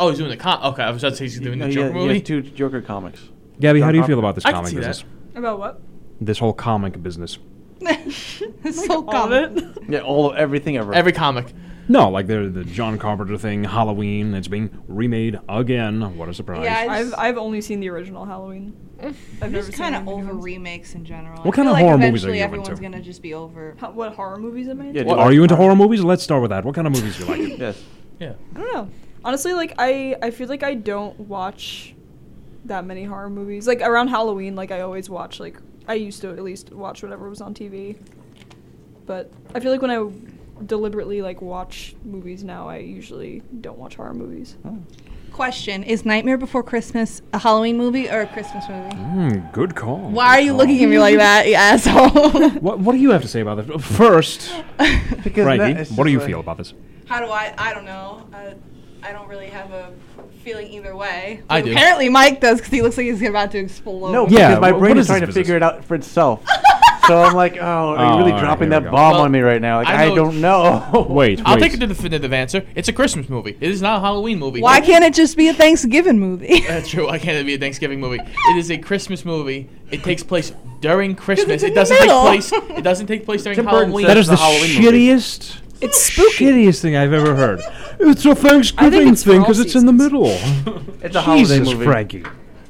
C: Oh, he's doing the con. Okay, I was about to say he's doing
D: No,
C: the
D: he
C: Joker
D: has- He
C: movie.
D: has two Joker comics.
B: (laughs) Gabby, how
D: John
B: do you feel
D: Carpenter.
B: about this
C: I can
B: comic
C: see
B: business?
E: About what?
B: This whole comic business.
A: it's so
E: All of
A: common.
E: it.
D: Yeah, all everything ever.
C: Every comic.
B: No, like the the John Carpenter thing, Halloween. It's being remade again. What a surprise!
A: Yeah, I
E: I've
A: just,
E: I've only seen the
A: (laughs)
E: original Halloween. I've
A: I'm
E: never
A: just
E: seen
A: kind
E: any
A: of
E: new
A: over
E: ones.
A: remakes in general.
B: What
A: I
B: kind
A: feel
B: of
A: like
B: horror movies are
A: eventually
B: you
A: Everyone's
B: into?
A: gonna just be over.
E: Ho- What horror movies am I?
D: Yeah,
E: into?
D: do
B: Are you into
D: like-
B: horror movies? Let's start with that. What kind of movies do
A: (laughs)
B: you like?
D: Yes.
C: Yeah.
E: I don't know. Honestly, like I I feel like I don't watch that many horror movies. Like around Halloween, like I always watch like I used to at least watch whatever was on TV. But I feel like when I deliberately like watch movies now, I usually don't watch horror movies.
B: Oh.
A: Question: Is Nightmare Before Christmas a Halloween movie or a Christmas movie?
B: Hmm, good call.
A: Why are
B: good
A: you
B: call.
A: looking at me like that, you asshole?
B: What What do you have to say about this? First,
A: (laughs)
D: Because
B: Frankie, what do you feel about this?
A: How do I? I don't know. I, I don't really have a feeling either way.
C: I do.
A: Apparently, Mike does because he looks like he's about to explode.
D: No,
B: Yeah,
D: because my
B: wh-
D: brain
B: what
D: is
B: is this
D: trying to
B: business?
D: figure it out for itself. (laughs) so I'm like, oh, are
B: Oh,
D: you really
B: alright,
D: dropping
B: here we
D: that
B: go.
D: bomb
C: Well,
D: on me right now? Like,
C: I
D: I,
C: know-
D: don't know. (laughs)
B: Wait,
C: I'll
B: wait.
C: take a definitive answer. It's a Christmas movie. It is not a Halloween movie.
A: Why can't it just be a Thanksgiving movie?
C: That's true. Why can't it be a Thanksgiving movie? It is a Christmas movie. It takes place during
A: it's
C: Christmas.
A: in
C: It
A: the
C: doesn't
A: middle.
C: take place. It doesn't take place during
D: Tim Burton
C: Halloween.
D: said
B: That is
D: That's
B: the
D: a Halloween movie.
B: shittiest,
E: It's spooky.
B: shittiest thing I've
A: (laughs)
B: ever heard. It's a Thanksgiving
E: it's for
B: thing
E: all
B: because it's in the middle.
D: It's a holiday
B: Jesus,
D: movie.
B: Frankie.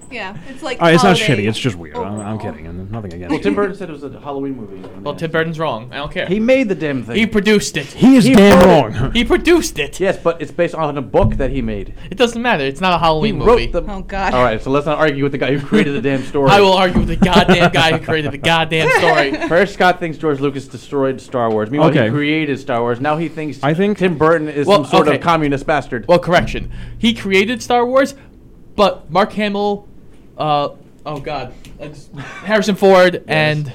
A: (laughs) yeah, it's like.
B: All right, it's not
A: holiday. Oh.
B: shitty. It's just weird. I'm, I'm
A: overall.
B: kidding. and Nothing against
D: Well,
B: it.
D: Tim Burton said it was a Halloween movie.
C: Well, Tim Burton's wrong. I don't care.
D: He
C: He,
D: made the damn thing.
C: produced it. He,
B: He is damn
D: wrote (laughs)
B: wrong.
C: produced it.
D: yes, but it's based on a book that he made.
C: It doesn't matter. It's not a Halloween
D: He
C: movie.
D: wrote the.
A: Oh God.
D: All right, so let's not argue with the guy who created the damn story.
C: (laughs) I will argue with the goddamn guy who created the goddamn
D: (laughs)
C: story.
D: First, Scott thinks George Lucas destroyed Star Wars. Meanwhile,
B: Okay.
D: he created Star Wars. Now he thinks
B: I think-
D: Tim Burton is
C: Well,
D: some sort
C: okay.
D: of communist bastard.
C: Well, correction. He created Star Wars, but Mark Hamill, uh, oh god, I just- Harrison Ford and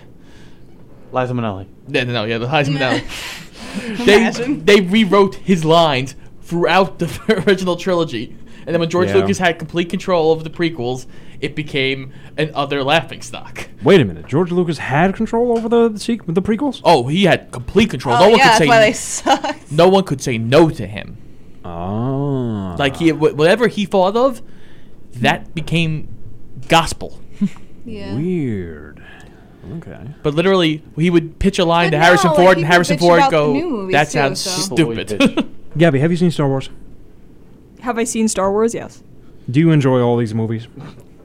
D: Liza Minnelli.
C: no, no, no, yeah, the Heisman. no.
A: (laughs)
C: they
A: Imagine.
C: they rewrote his lines throughout the (laughs) original trilogy, and then when George
B: Yeah.
C: Lucas had complete control over the prequels, it became an other laughing stock.
B: Wait a minute. George Lucas had control over the the, sequ- the prequels.
C: Oh, he had complete control.
A: Oh,
C: no one
A: yeah,
C: could
A: that's
C: say
A: why they sucked.
C: no one could say no to him.
B: Ah.
C: Oh. Like he, wh- whatever he thought of, that became gospel.
A: Yeah.
B: Weird. Okay.
C: But literally, he would pitch a line
A: But
C: to Harrison
A: no, like,
C: Ford,
A: he
C: and
A: could
C: Harrison
A: bitch
C: Ford
A: about the
C: go,
A: new movies
C: "That
A: too,
C: sounds
A: so."
D: People always
C: stupid."
D: bitch.
B: Gabby, have you seen Star Wars?
E: Have I seen Star Wars? Yes.
B: Do you enjoy all these movies?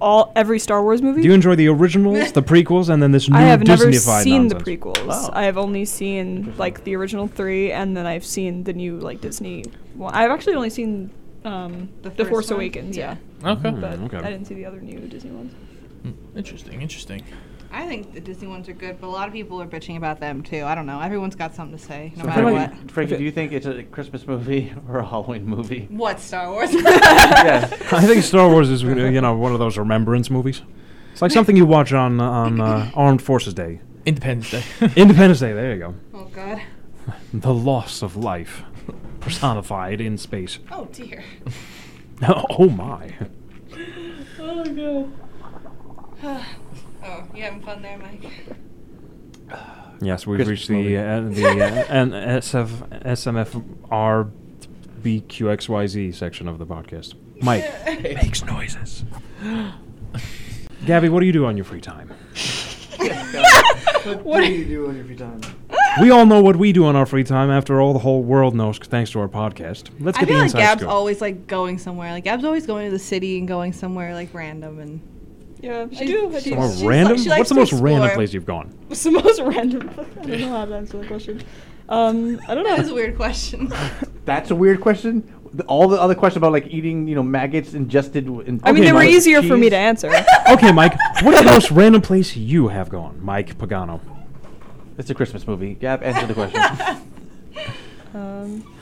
E: All every Star Wars movie.
B: Do you enjoy the
E: (laughs)
B: originals, the prequels, and then this new
E: I have never
B: Disney-fied Oh.
E: seen
B: nonsense?
E: the prequels.
D: Wow.
E: I have only seen like the original three, and then I've seen the new like Disney one. I've actually only seen um, the,
A: The first
E: Force
A: one?
E: Awakens, yeah,
C: (laughs) Okay,
B: Hmm,
E: but
B: okay.
E: I didn't see the other new Disney ones.
C: interesting, interesting.
A: I think the Disney ones are good, but a lot of people are bitching about them too. I don't know. Everyone's got something to say, no
D: So
A: matter
D: Frankie,
A: what.
D: Frankie, do you think it's a Christmas movie (laughs) or a
E: (laughs)
D: Halloween movie?
A: What Star Wars? (laughs)
D: yes.
B: I think Star Wars (laughs) is you know one of those remembrance movies. It's like something you watch on on
E: (laughs)
B: uh, Armed Forces Day,
C: Independence Day. (laughs)
B: Independence Day. There you go.
A: oh God.
B: The loss of life, personified in space. (laughs)
A: Oh dear.
B: oh my!
C: oh god.
A: (sighs) Oh, you having fun there, Mike?
B: Yes, we've
D: Christmas
B: reached
D: movie.
B: the uh, the uh, N- SF SMFR BQXYZ section of the podcast. Mike makes noises. Gabby, what do you do on your free time?
G: What do you do on every time?
B: we all know what we do on our free time. After all, the whole world knows, 'cause thanks to our podcast. Let's
A: I
B: get the
A: feel like
B: inside
A: Gab's
B: scoop.
A: always like going somewhere. Like Gab's always going to the city and going somewhere like random and
E: Yeah, I
A: She's-
E: do. I
A: she's-
E: do.
B: Or
A: she's like-
E: (laughs)
B: random.
A: she likes
B: What's the
A: to
B: most random
A: explore.
B: place you've gone?
E: It's the most random. (laughs) I don't know how to answer that question. Um, I don't know.
A: that is a weird question.
D: That's a weird question. The- All the other questions about like eating, you know, maggots ingested. w- In
E: I mean,
B: Okay,
E: they were
B: Mike,
E: easier for me
D: cheese.
B: (laughs)
E: to answer.
B: (laughs) Okay, Mike. What's the most random place you have gone, Mike Pagano?
D: It's a Christmas movie. Gab, answer
E: (laughs)
D: the question.
E: Um,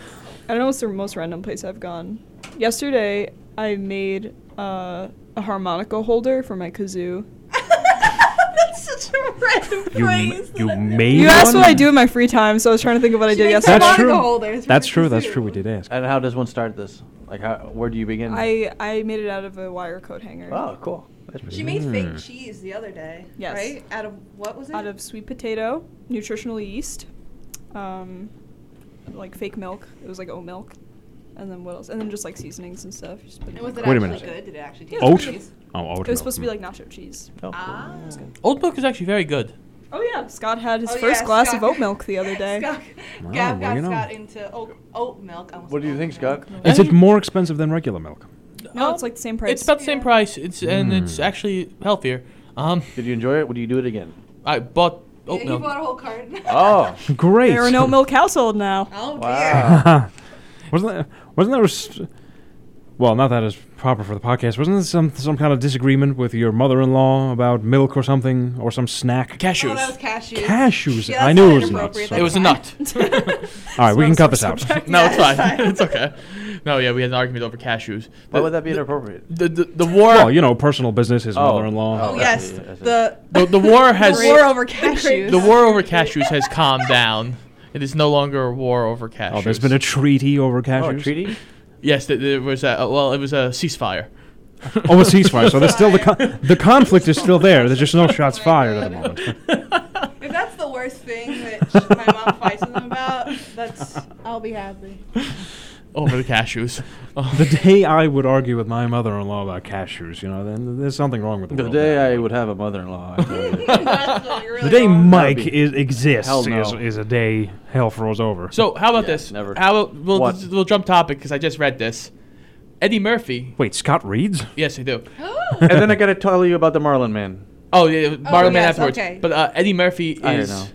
E: I don't know what's the most random place I've gone. Yesterday, I made uh, a harmonica holder for my kazoo.
A: (laughs) That's such a random
B: You m-
A: phrase.
B: you made
E: You asked
B: one?
E: what I do in my free time, so I was trying to think of what I
A: She
E: did
A: makes
E: yesterday.
B: That's
A: harmonica
B: true.
A: holders for
B: That's
A: the
B: true. That's
A: kazoo.
B: true. We did ask.
D: and how does one start this? Like, how, where do you begin?
E: I I made it out of a wire coat hanger.
D: oh, cool. That's pretty
A: She made fake
B: Mm.
A: cheese the other day.
E: Yes.
A: Right? Out of what was it?
E: Out of sweet potato, nutritional yeast, um, like fake milk. It was like oat milk, and then what else? And then just like seasonings and stuff. Just put it
A: And
E: in
A: was
E: the
A: it
B: Wait a
A: actually
B: minute.
A: good? Did it actually
E: Yeah,
A: taste like
E: it was
B: Oat.
E: pretty
A: cheese?
B: Oh, oat
E: It was
B: milk.
E: supposed to be
B: Mm.
E: like nacho cheese.
D: Oh, cool.
A: Ah.
C: Oat milk is actually very good.
E: Oh yeah, Scott had his
A: Oh,
E: first
A: yeah,
E: glass
A: Scott-
E: of oat milk the
A: (laughs)
E: other (laughs) day.
A: Scott,
B: Wow,
A: Gab
B: well,
A: got
B: you know.
A: Scott into oat, oat milk. I almost
D: What do you
A: oat
D: think,
A: milk.
D: Scott?
B: Is it more expensive than regular milk? (laughs)
E: No,
C: Um,
E: Oh, it's like the same price.
C: It's about the same
A: Yeah.
C: price. It's and it's
B: Mm.
C: actually healthier. Um,
D: Did you enjoy it? Would you do it again?
C: I bought
A: Yeah,
C: oat
A: he
C: milk.
A: bought a whole carton.
D: Oh,
B: Great.
E: They're an oat milk household now.
A: (laughs) oh dear.
D: wow.
B: wasn't that? Wasn't that? Res- well, not that is proper for the podcast. Wasn't there some some kind of disagreement with your mother-in-law about milk or something or some snack?
A: Oh, that was
C: Cashews.
A: cashews.
B: Cashews.
A: Yeah,
B: I
A: that's
B: knew
A: not
B: it was nuts.
A: inappropriate.
B: Sorry.
A: (laughs)
C: It was a nut.
B: All right, we can
E: It's not
B: cut this
E: so
B: out.
C: (laughs) No,
A: Yeah, it's
C: it's fine.
A: fine.
C: it's okay. No, yeah, we had an argument over cashews.
D: Why
C: The-
D: would that be inappropriate?
C: The the, the war.
B: Well, you know, personal business. His
D: Oh.
B: mother-in-law.
A: Oh
D: Oh,
A: yes,
D: that's- that's-
A: the
C: the, the war has
A: war over cashews.
C: the war over cashews has calmed down. It is no longer a war over cashews.
B: Oh, there's been a treaty over
D: Oh,
B: cashews.
D: a treaty?
C: yes. There, there was a well, it was a ceasefire.
B: (laughs) Oh, a ceasefire. so there's still the
D: (laughs)
B: con- the conflict is still there. There's just no shots fired at the moment.
A: If that's the worst thing that sh- my mom fights with them about, that's I'll be happy.
C: over the cashews. Oh.
B: (laughs) The day I would argue with my mother-in-law about cashews, you know, then there's something wrong with the,
D: The
B: world
D: day
B: now.
D: I would have a mother-in-law. I
A: That's what you really
B: the day
A: want.
B: Mike
D: That'd be-
B: is, exists
D: Hell no.
B: is, is a day hell rolls over.
C: So how about
D: Yeah,
C: this?
D: never.
C: How about we'll,
D: What?
C: we'll jump topic because I just read this. Eddie Murphy.
B: wait, Scott reads?
C: Yes, I do.
A: Oh,
D: (laughs) and then I gotta tell you about the Marlin Man.
C: Oh yeah, Marlon Man
A: yes,
C: afterwards.
A: okay.
C: But uh, Eddie Murphy
D: I don't
C: is.
D: know.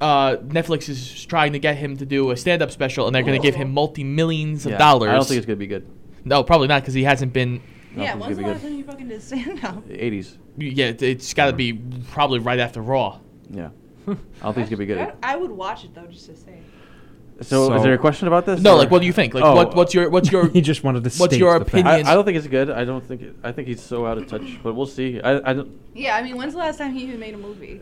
C: Uh, Netflix is trying to get him to do a stand-up special, and they're going to give him multi millions of
D: Yeah,
C: dollars.
D: I don't think it's gonna be good.
C: no, probably not because he hasn't been.
A: yeah.
D: Nothing's
A: When's the
D: gonna be
A: last
D: good.
A: time you fucking did stand up?
D: The 80s.
C: Yeah, it- it's got to be probably right after Raw.
D: Yeah. (laughs) I don't think it's gonna be good.
A: I would watch it though, just to say.
D: So,
B: So-
D: is there a question about this?
C: No,
D: or-
C: like what do you think? Like
D: Oh,
C: what, what's your what's
D: (laughs)
C: your um,
B: he just wanted to
C: What's
B: state
C: your
B: the fact.
D: I,
C: opinion?
D: I don't think it's good. I don't think. It, I think he's so out of touch. But we'll see. I, I don't.
A: Yeah, I mean, when's the last time he even made a movie?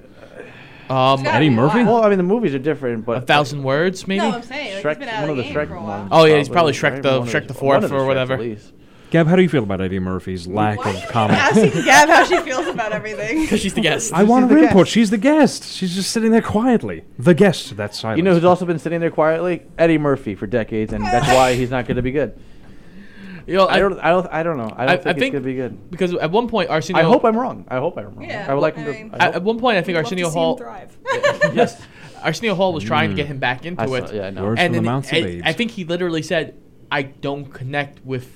C: um
A: It's gotta
B: Eddie
A: be a
B: Murphy?
A: while.
D: Well, I mean, the movies are different, but (laughs)
C: a thousand words maybe?
A: No,
C: (laughs)
A: I'm saying like,
D: Shrek,
A: he's been out
D: one
A: of the
D: the
A: game
D: Shrek
A: for a
D: ones,
A: while.
C: Oh, yeah, he's probably Shrek
D: right?
C: the-
D: One of
C: Shrek the
D: one of
C: fourth or
D: Shreks,
C: whatever.
D: at least.
B: Gab, how do you feel about Eddie Murphy's lack
A: Why
B: of
A: do you keep
B: comment?
A: asking Gab how she feels about everything?
C: Because she's the guest.
B: I wanted
D: the
B: her input.
D: guest.
B: She's the guest. She's just sitting there quietly. The guest. That's silent.
D: You know who's also been sitting there quietly? Eddie Murphy for decades,
A: (laughs)
D: and that's why he's not going to be good.
C: You know,
D: I don't. I don't. I don't know. I don't
C: I- I
D: think, it's
C: think-
D: going to be good.
C: because at one point Arsenio.
D: I hope I'm wrong. I hope I'm wrong.
A: Yeah,
D: I would like
A: I
D: him
A: mean-
D: to. I
C: at,
D: hope,
C: at one point I think
E: Love
C: Arsenio
E: to see him
C: Hall.
E: (laughs) thrive.
C: (laughs)
D: (laughs)
C: yes, Arsenio Hall was trying to get him back into
D: Mm. I
C: it.
D: saw, yeah, I know.
B: Words
C: and
B: from
C: then
B: the mouths
C: I,
B: of babes.
C: I think he literally said, "I don't connect with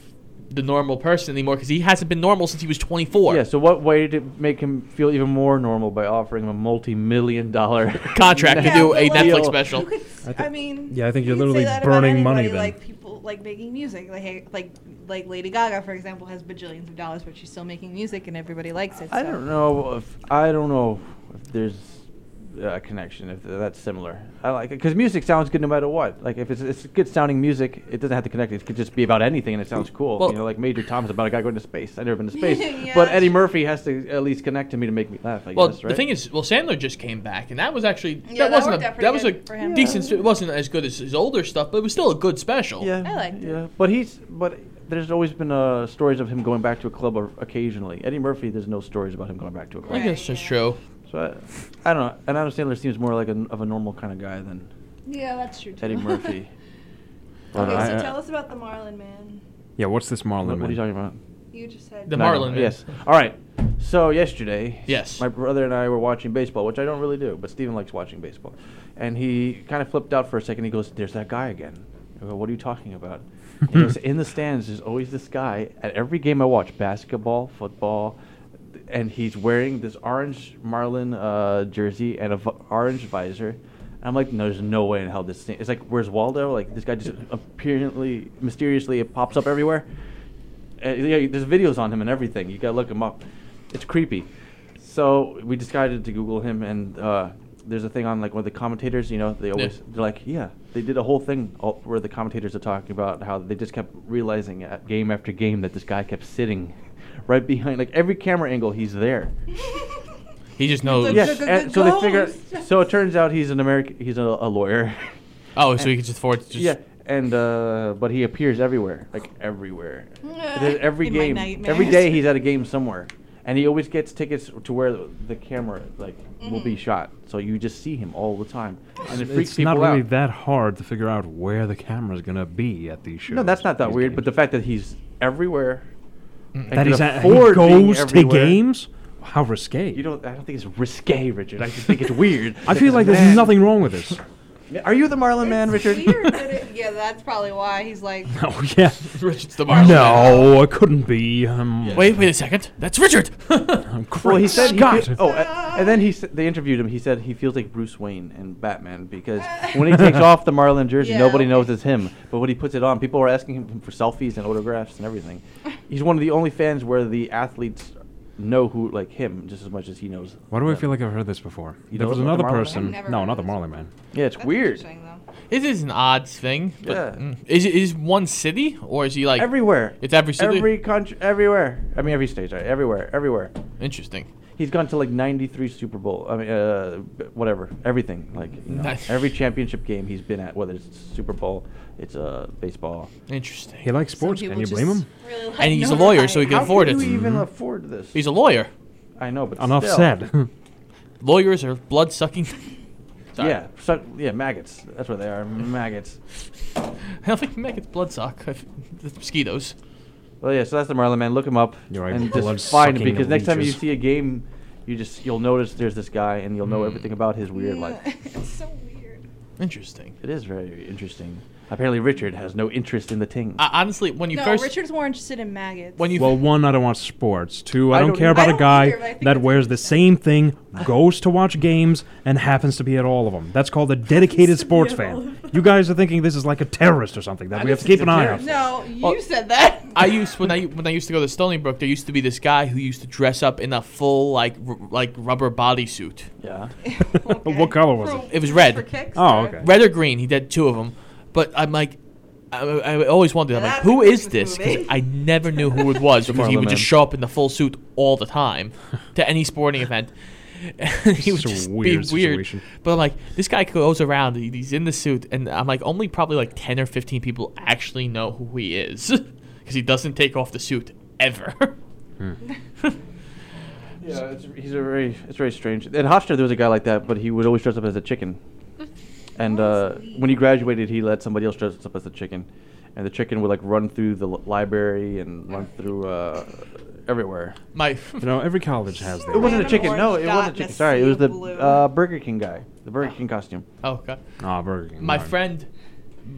C: the normal person anymore because he hasn't been normal since he was 24."
D: Yeah. So, what way to make him feel even more normal by offering him a multi-million dollar
C: Contract
D: (laughs)
C: to
A: Yeah,
C: do
A: but
C: a
A: like-
C: Netflix
D: Yo.
A: You
C: special.
A: could, I, mean,
B: yeah, I think
A: you
B: you're
A: could say
B: literally
A: that about
B: burning money
A: anybody,
B: then.
A: Like people, like making music, like hey, like like Lady Gaga, for example, has bajillions of dollars, but she's still making music, and everybody likes it.
D: I
A: so.
D: don't know if I don't know if there's a connection if that's similar. I like it because music sounds good no matter what. Like if it's it's good sounding music, it doesn't have to connect. It could just be about anything and it sounds cool.
C: Well-
D: you know, like Major Tom's about a guy going to space. I've never been to space,
A: Yeah,
D: but Eddie
A: sure.
D: Murphy has to at least connect to me to make me laugh. I
C: Well,
D: guess,
C: the
D: right?
C: thing is, well, Sandler just came back, and that was actually
A: Yeah, that
C: that wasn't
A: worked out
C: a,
A: pretty
C: that was a
A: good for him.
C: decent. It wasn't as good as his older stuff, but it was still a good special.
D: yeah,
A: I liked it.
D: yeah. But he's but there's always been uh, stories of him going back to a club o- occasionally. Eddie Murphy, there's no stories about him going back to a club.
C: I guess that's true.
D: So I, I don't know. And Adam Sandler seems more like a, of a normal kind of guy than
A: Yeah, that's true. Too. (laughs)
D: Eddie Murphy. But
A: okay,
D: I-
A: so
D: I-
A: tell us about the Marlin Man.
B: yeah, what's this Marlin
D: What, what are you
B: man?
D: talking about?
A: You just said
C: The
D: No,
C: Marlin
D: no,
C: Man.
D: oh. Yes. All right. So yesterday,
C: Yes.
D: my brother and I were watching baseball, which I don't really do, but Steven likes watching baseball, and he kind of flipped out for a second. He goes, "There's that guy again." I go, "What are you talking about?"
C: (laughs)
D: he goes, "In the stands, there's always this guy at every game I watch: basketball, football." And he's wearing this orange Marlin uh, jersey and a v- orange visor. And I'm like, no, there's no way in hell this thing. It's like, where's Waldo? Like, this guy just apparently, mysteriously, it pops up everywhere. Uh, yeah, there's videos on him and everything. You gotta look him up. It's creepy. So we decided to Google him, and uh, there's a thing on like one of the commentators. You know, they always they're like, yeah, they did a whole thing all, where the commentators are talking about how they just kept realizing at game after game that this guy kept sitting (laughs) right behind like every camera angle he's there.
A: (laughs)
C: He just knows.
A: Yes.
D: Yes, and so they figure.
A: Ghost.
D: So it turns out he's an American. He's a, a lawyer. (laughs)
C: Oh, so he could just afford to just.
D: yeah, and uh, but he appears everywhere, like
A: (laughs)
D: everywhere. There's every
A: In my
D: game, every
A: nightmares.
D: day he's at a game somewhere, and he always gets tickets to where the camera like will
A: Mm-hmm.
D: be shot. So you just see him all the time, and it freaks
B: It's
D: people
B: not really
D: out.
B: that hard to figure out where the camera's gonna be at these shows.
D: no, that's not that
B: these
D: weird. But
B: games.
D: the fact that he's everywhere, and
B: Mm. that
D: can
B: he's at, he
D: afford being
B: goes to
D: everywhere,
B: games. How risque!
D: You don't. I don't think it's risque, Richard. I just think it's weird.
B: I feel like there's
D: Man.
B: nothing wrong with
D: (laughs)
B: this.
D: Are you the Marlin man,
A: It's
D: Richard?
A: weird that it- yeah, that's probably why he's like.
B: Oh yeah.
C: Richard's the Marlin.
B: No, it couldn't be. Um,
C: Wait, wait a second. That's Richard. (laughs)
D: Well, he said
B: Scott.
D: He fe- oh, a- and then he s- they interviewed him. He said he feels like Bruce Wayne in Batman because when he
A: (laughs)
D: takes off the Marlin jersey,
A: Yeah,
D: nobody
A: okay.
D: knows it's him. But when he puts it on, people are asking him for selfies and autographs and everything. He's one of the only fans where the athletes know who like him just as much as he knows.
B: Why do I
D: them.
B: feel like I've heard this before?
D: You
B: there
D: know
B: was
D: about
B: another
D: the Marlin Man?
B: person.
A: I've never
B: No,
A: heard
B: not the
A: of this.
B: Marlin Man.
D: Yeah, it's
A: That's
D: (laughs) weird.
A: interesting, though.
C: it is an odd thing. But
D: Yeah.
C: mm. is it is one city or is he like
D: Everywhere.
C: It's every city.
D: Every country, everywhere. I mean, every state, right? Everywhere, everywhere.
C: Interesting.
D: He's gone to like 93 Super Bowl. I mean, uh, b- whatever, everything. Like you know,
C: Nice.
D: every championship game he's been at, whether it's Super Bowl, it's uh, baseball.
C: Interesting.
B: He likes sports.
E: people
B: Can you
E: just-
B: blame him?
A: Really like
C: And he's a lawyer, so he
A: notoriety.
C: can
A: (laughs)
C: afford it.
D: you even afford this?
C: He's a lawyer.
D: I know, but
B: Mm-hmm. Enough
D: still.
B: said. (laughs)
C: Lawyers are blood sucking. (laughs) Sorry.
D: Yeah, so, yeah, maggots. That's what they are, maggots.
C: (laughs) I don't think maggots blood suck. the mosquitoes.
D: Well, yeah. So that's the Marlin Man. Look him up
B: You're right,
D: and just
B: blood-sucking
D: find him because next time you
B: leeches.
D: see a game, you just you'll notice there's this guy and you'll
B: Mm.
D: know everything about his weird life.
A: it's so weird.
C: Interesting.
D: It is very interesting. Apparently, Richard has no interest in the ting.
C: I, honestly, when you
A: No,
C: first
A: Richard's more interested in maggots.
C: when you
B: well, one, I don't watch sports. Two, I,
D: I
B: don't,
D: don't
B: care
D: either.
B: about
A: I
B: a
A: don't
B: guy
A: either, but I think
B: that
A: it's
B: wears the same thing, goes to watch games, and happens to be at all of them. That's called a dedicated sports fan. You guys are thinking this is like a terrorist or something that we have to keep an eye on.
A: no, you
C: Well-
A: said that.
C: I used when I when I used to go to Stony Brook, there used to be this guy who used to dress up in a full like r- like rubber bodysuit.
D: yeah.
B: (laughs) What color was
A: For-
B: it?
C: It was red.
A: For kicks,
B: Oh,
A: or-
B: okay.
C: red or green. He did two of them, but I'm like, I, I always wondered, I'm like,
A: That's a
C: who is
A: Christmas
C: this? 'Cause
A: movie.
C: I never knew
A: (laughs)
C: who it was because he
D: Marlin
C: would just
D: Man.
C: show up in the full suit all
B: (laughs)
C: the time to any sporting event. (laughs) And he would
B: It's a
C: just
B: weird
C: be weird.
B: situation.
C: But I'm like, this guy goes around, he- he's in the suit, and I'm like, only probably like 10 or 15 people actually know who he is (laughs) because he doesn't take off the suit ever. (laughs)
D: Yeah, it's, he's a very it's very strange. In Hofstra, there was a guy like that, but he would always dress up as a chicken. And uh, when he graduated, he let somebody else dress up as a chicken, and the chicken would like run through the li- library and run through uh, everywhere.
C: My (laughs)
B: You know, every college has
D: It (laughs)
B: their.
D: wasn't a
A: an
D: chicken. No,
A: orange
D: it
A: dot
D: wasn't a
A: and
D: chicken.
A: a
D: Sorry, it
A: sea
D: was
A: of
D: the
A: blue.
D: uh, Burger King guy, the Burger King costume.
C: oh god.
B: Ah, Burger King.
C: My
B: alright.
C: friend,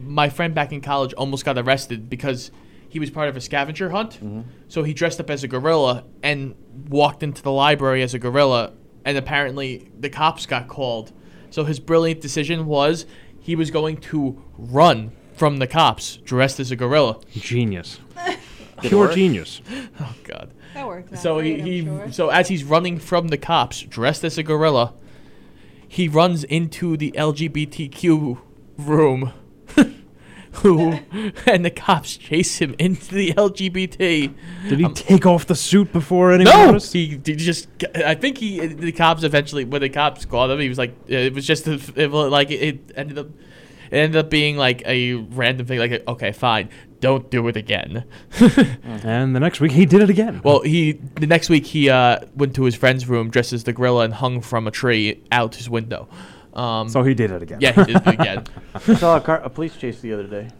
C: my friend back in college almost got arrested because he was part of a scavenger hunt. So he dressed up as a gorilla and walked into the library as a gorilla, and apparently the cops got called. So his brilliant decision was he was going to run from the cops dressed as a gorilla.
B: Genius.
D: it
B: Pure
D: work?
B: genius.
C: Oh god.
A: That worked. Out
C: So he,
A: right, I'm
C: he
A: sure.
C: so as he's running from the cops dressed as a gorilla, he runs into the LGBTQ room. (laughs)
A: (laughs)
C: Who and the cops chase him into the LGBT.
B: Did he take off the suit before anyone
C: Um, No,
B: noticed?
C: he, he just. I think he. The cops eventually, when the cops called him, he was like, it was just a, it, was like it ended up. It ended up being like a random thing. Like, okay, fine, don't do it again. (laughs)
B: And the next week, he did it again.
C: Well, he the next week he uh, went to his friend's room dressed as the gorilla and hung from a tree out his window. Um,
B: so he did it again.
C: yeah, he did it again.
D: I saw a, car, a police chase the other day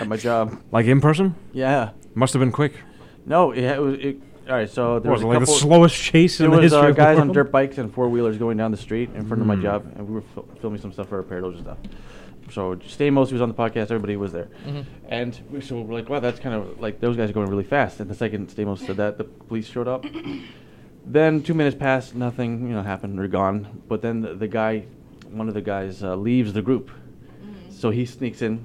D: at my job.
B: (laughs)
A: (laughs)
B: Like in person?
D: Yeah.
B: Must have been quick.
D: No, it, ha- it was. It, all right, so there
B: What was
D: was,
B: it,
D: a
B: like the
D: couple-
B: slowest chase
D: There
B: in the
D: was
B: history
D: uh,
B: of the
D: guys on
B: world?
D: dirt bikes and four wheelers going down the street in front of my job, and we were fil- filming some stuff for our Paradox stuff. So Stamos was on the podcast. Everybody was there, and we, so we're like, "Wow, that's kind of like those guys are going really fast." And the second Stamos said that, the police showed up. then two minutes passed, nothing you know happened. They're gone. But then the, the guy, one of the guys, uh, leaves the group, so he sneaks in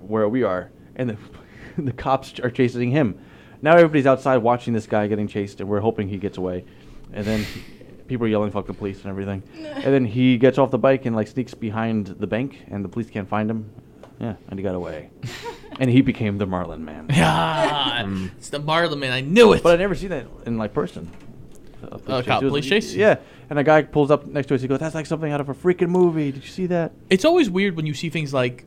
D: where we are, and the, (laughs) the cops ch- are chasing him. Now everybody's outside watching this guy getting chased, and we're hoping he gets away. And then people are yelling "fuck the police" and everything. and then he gets off the bike and like sneaks behind the bank, and the police can't find him. Yeah, and he got away. and he became the Marlin Man.
C: Ah,
A: Hmm.
C: it's the Marlin Man. I knew it.
D: But I never seen that in like person. A police
C: Uh, cop
D: It was-
C: police chase?
D: Yeah, and a guy pulls up next to us. He goes, "That's like something out of a freaking movie. Did you see that?"
C: it's always weird when you see things like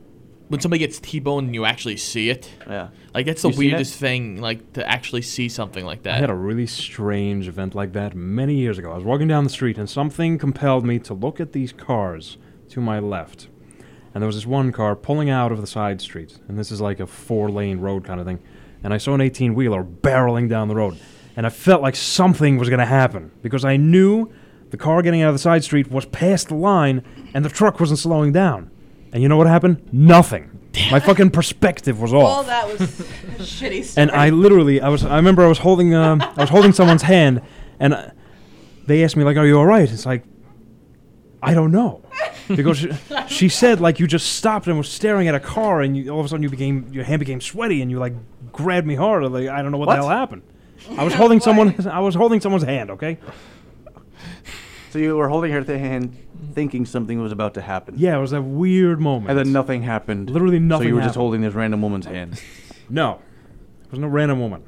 C: when somebody gets T-boned and you actually see it.
D: Yeah.
C: Like that's the
D: You seen it?
C: weirdest thing. Like to actually see something like
B: I had
C: that.
B: a really strange event like that many years ago. I was walking down the street and something compelled me to look at these cars to my left. And there was this one car pulling out of the side street. And this is like a four lane road kind of thing. And I saw an 18 wheeler barreling down the road. And I felt like something was going to happen because I knew the car getting out of the side street was past the line and the truck wasn't slowing down. And you know what happened? Nothing.
D: (laughs)
B: My fucking perspective was off.
A: Well, that
C: (laughs)
A: was a shitty story.
B: And I literally, I was, I remember I was holding, um, I was holding someone's hand, and uh, they asked me like, "Are you all right?" It's like, I don't know, because she, she said like you just stopped and was staring at a car, and you, all of a sudden you became your hand became sweaty, and you like grabbed me hard. I'm Like I don't know what,
D: What?
B: the hell happened. I was holding someone, I was holding someone's hand. Okay.
D: So you were holding her th- hand, thinking something was about to happen.
B: Yeah, it was a weird moment.
D: And then nothing happened.
B: Literally
D: So
B: nothing
D: you were just
B: happened.
D: holding this random woman's (laughs) hand.
B: No, it was no random woman.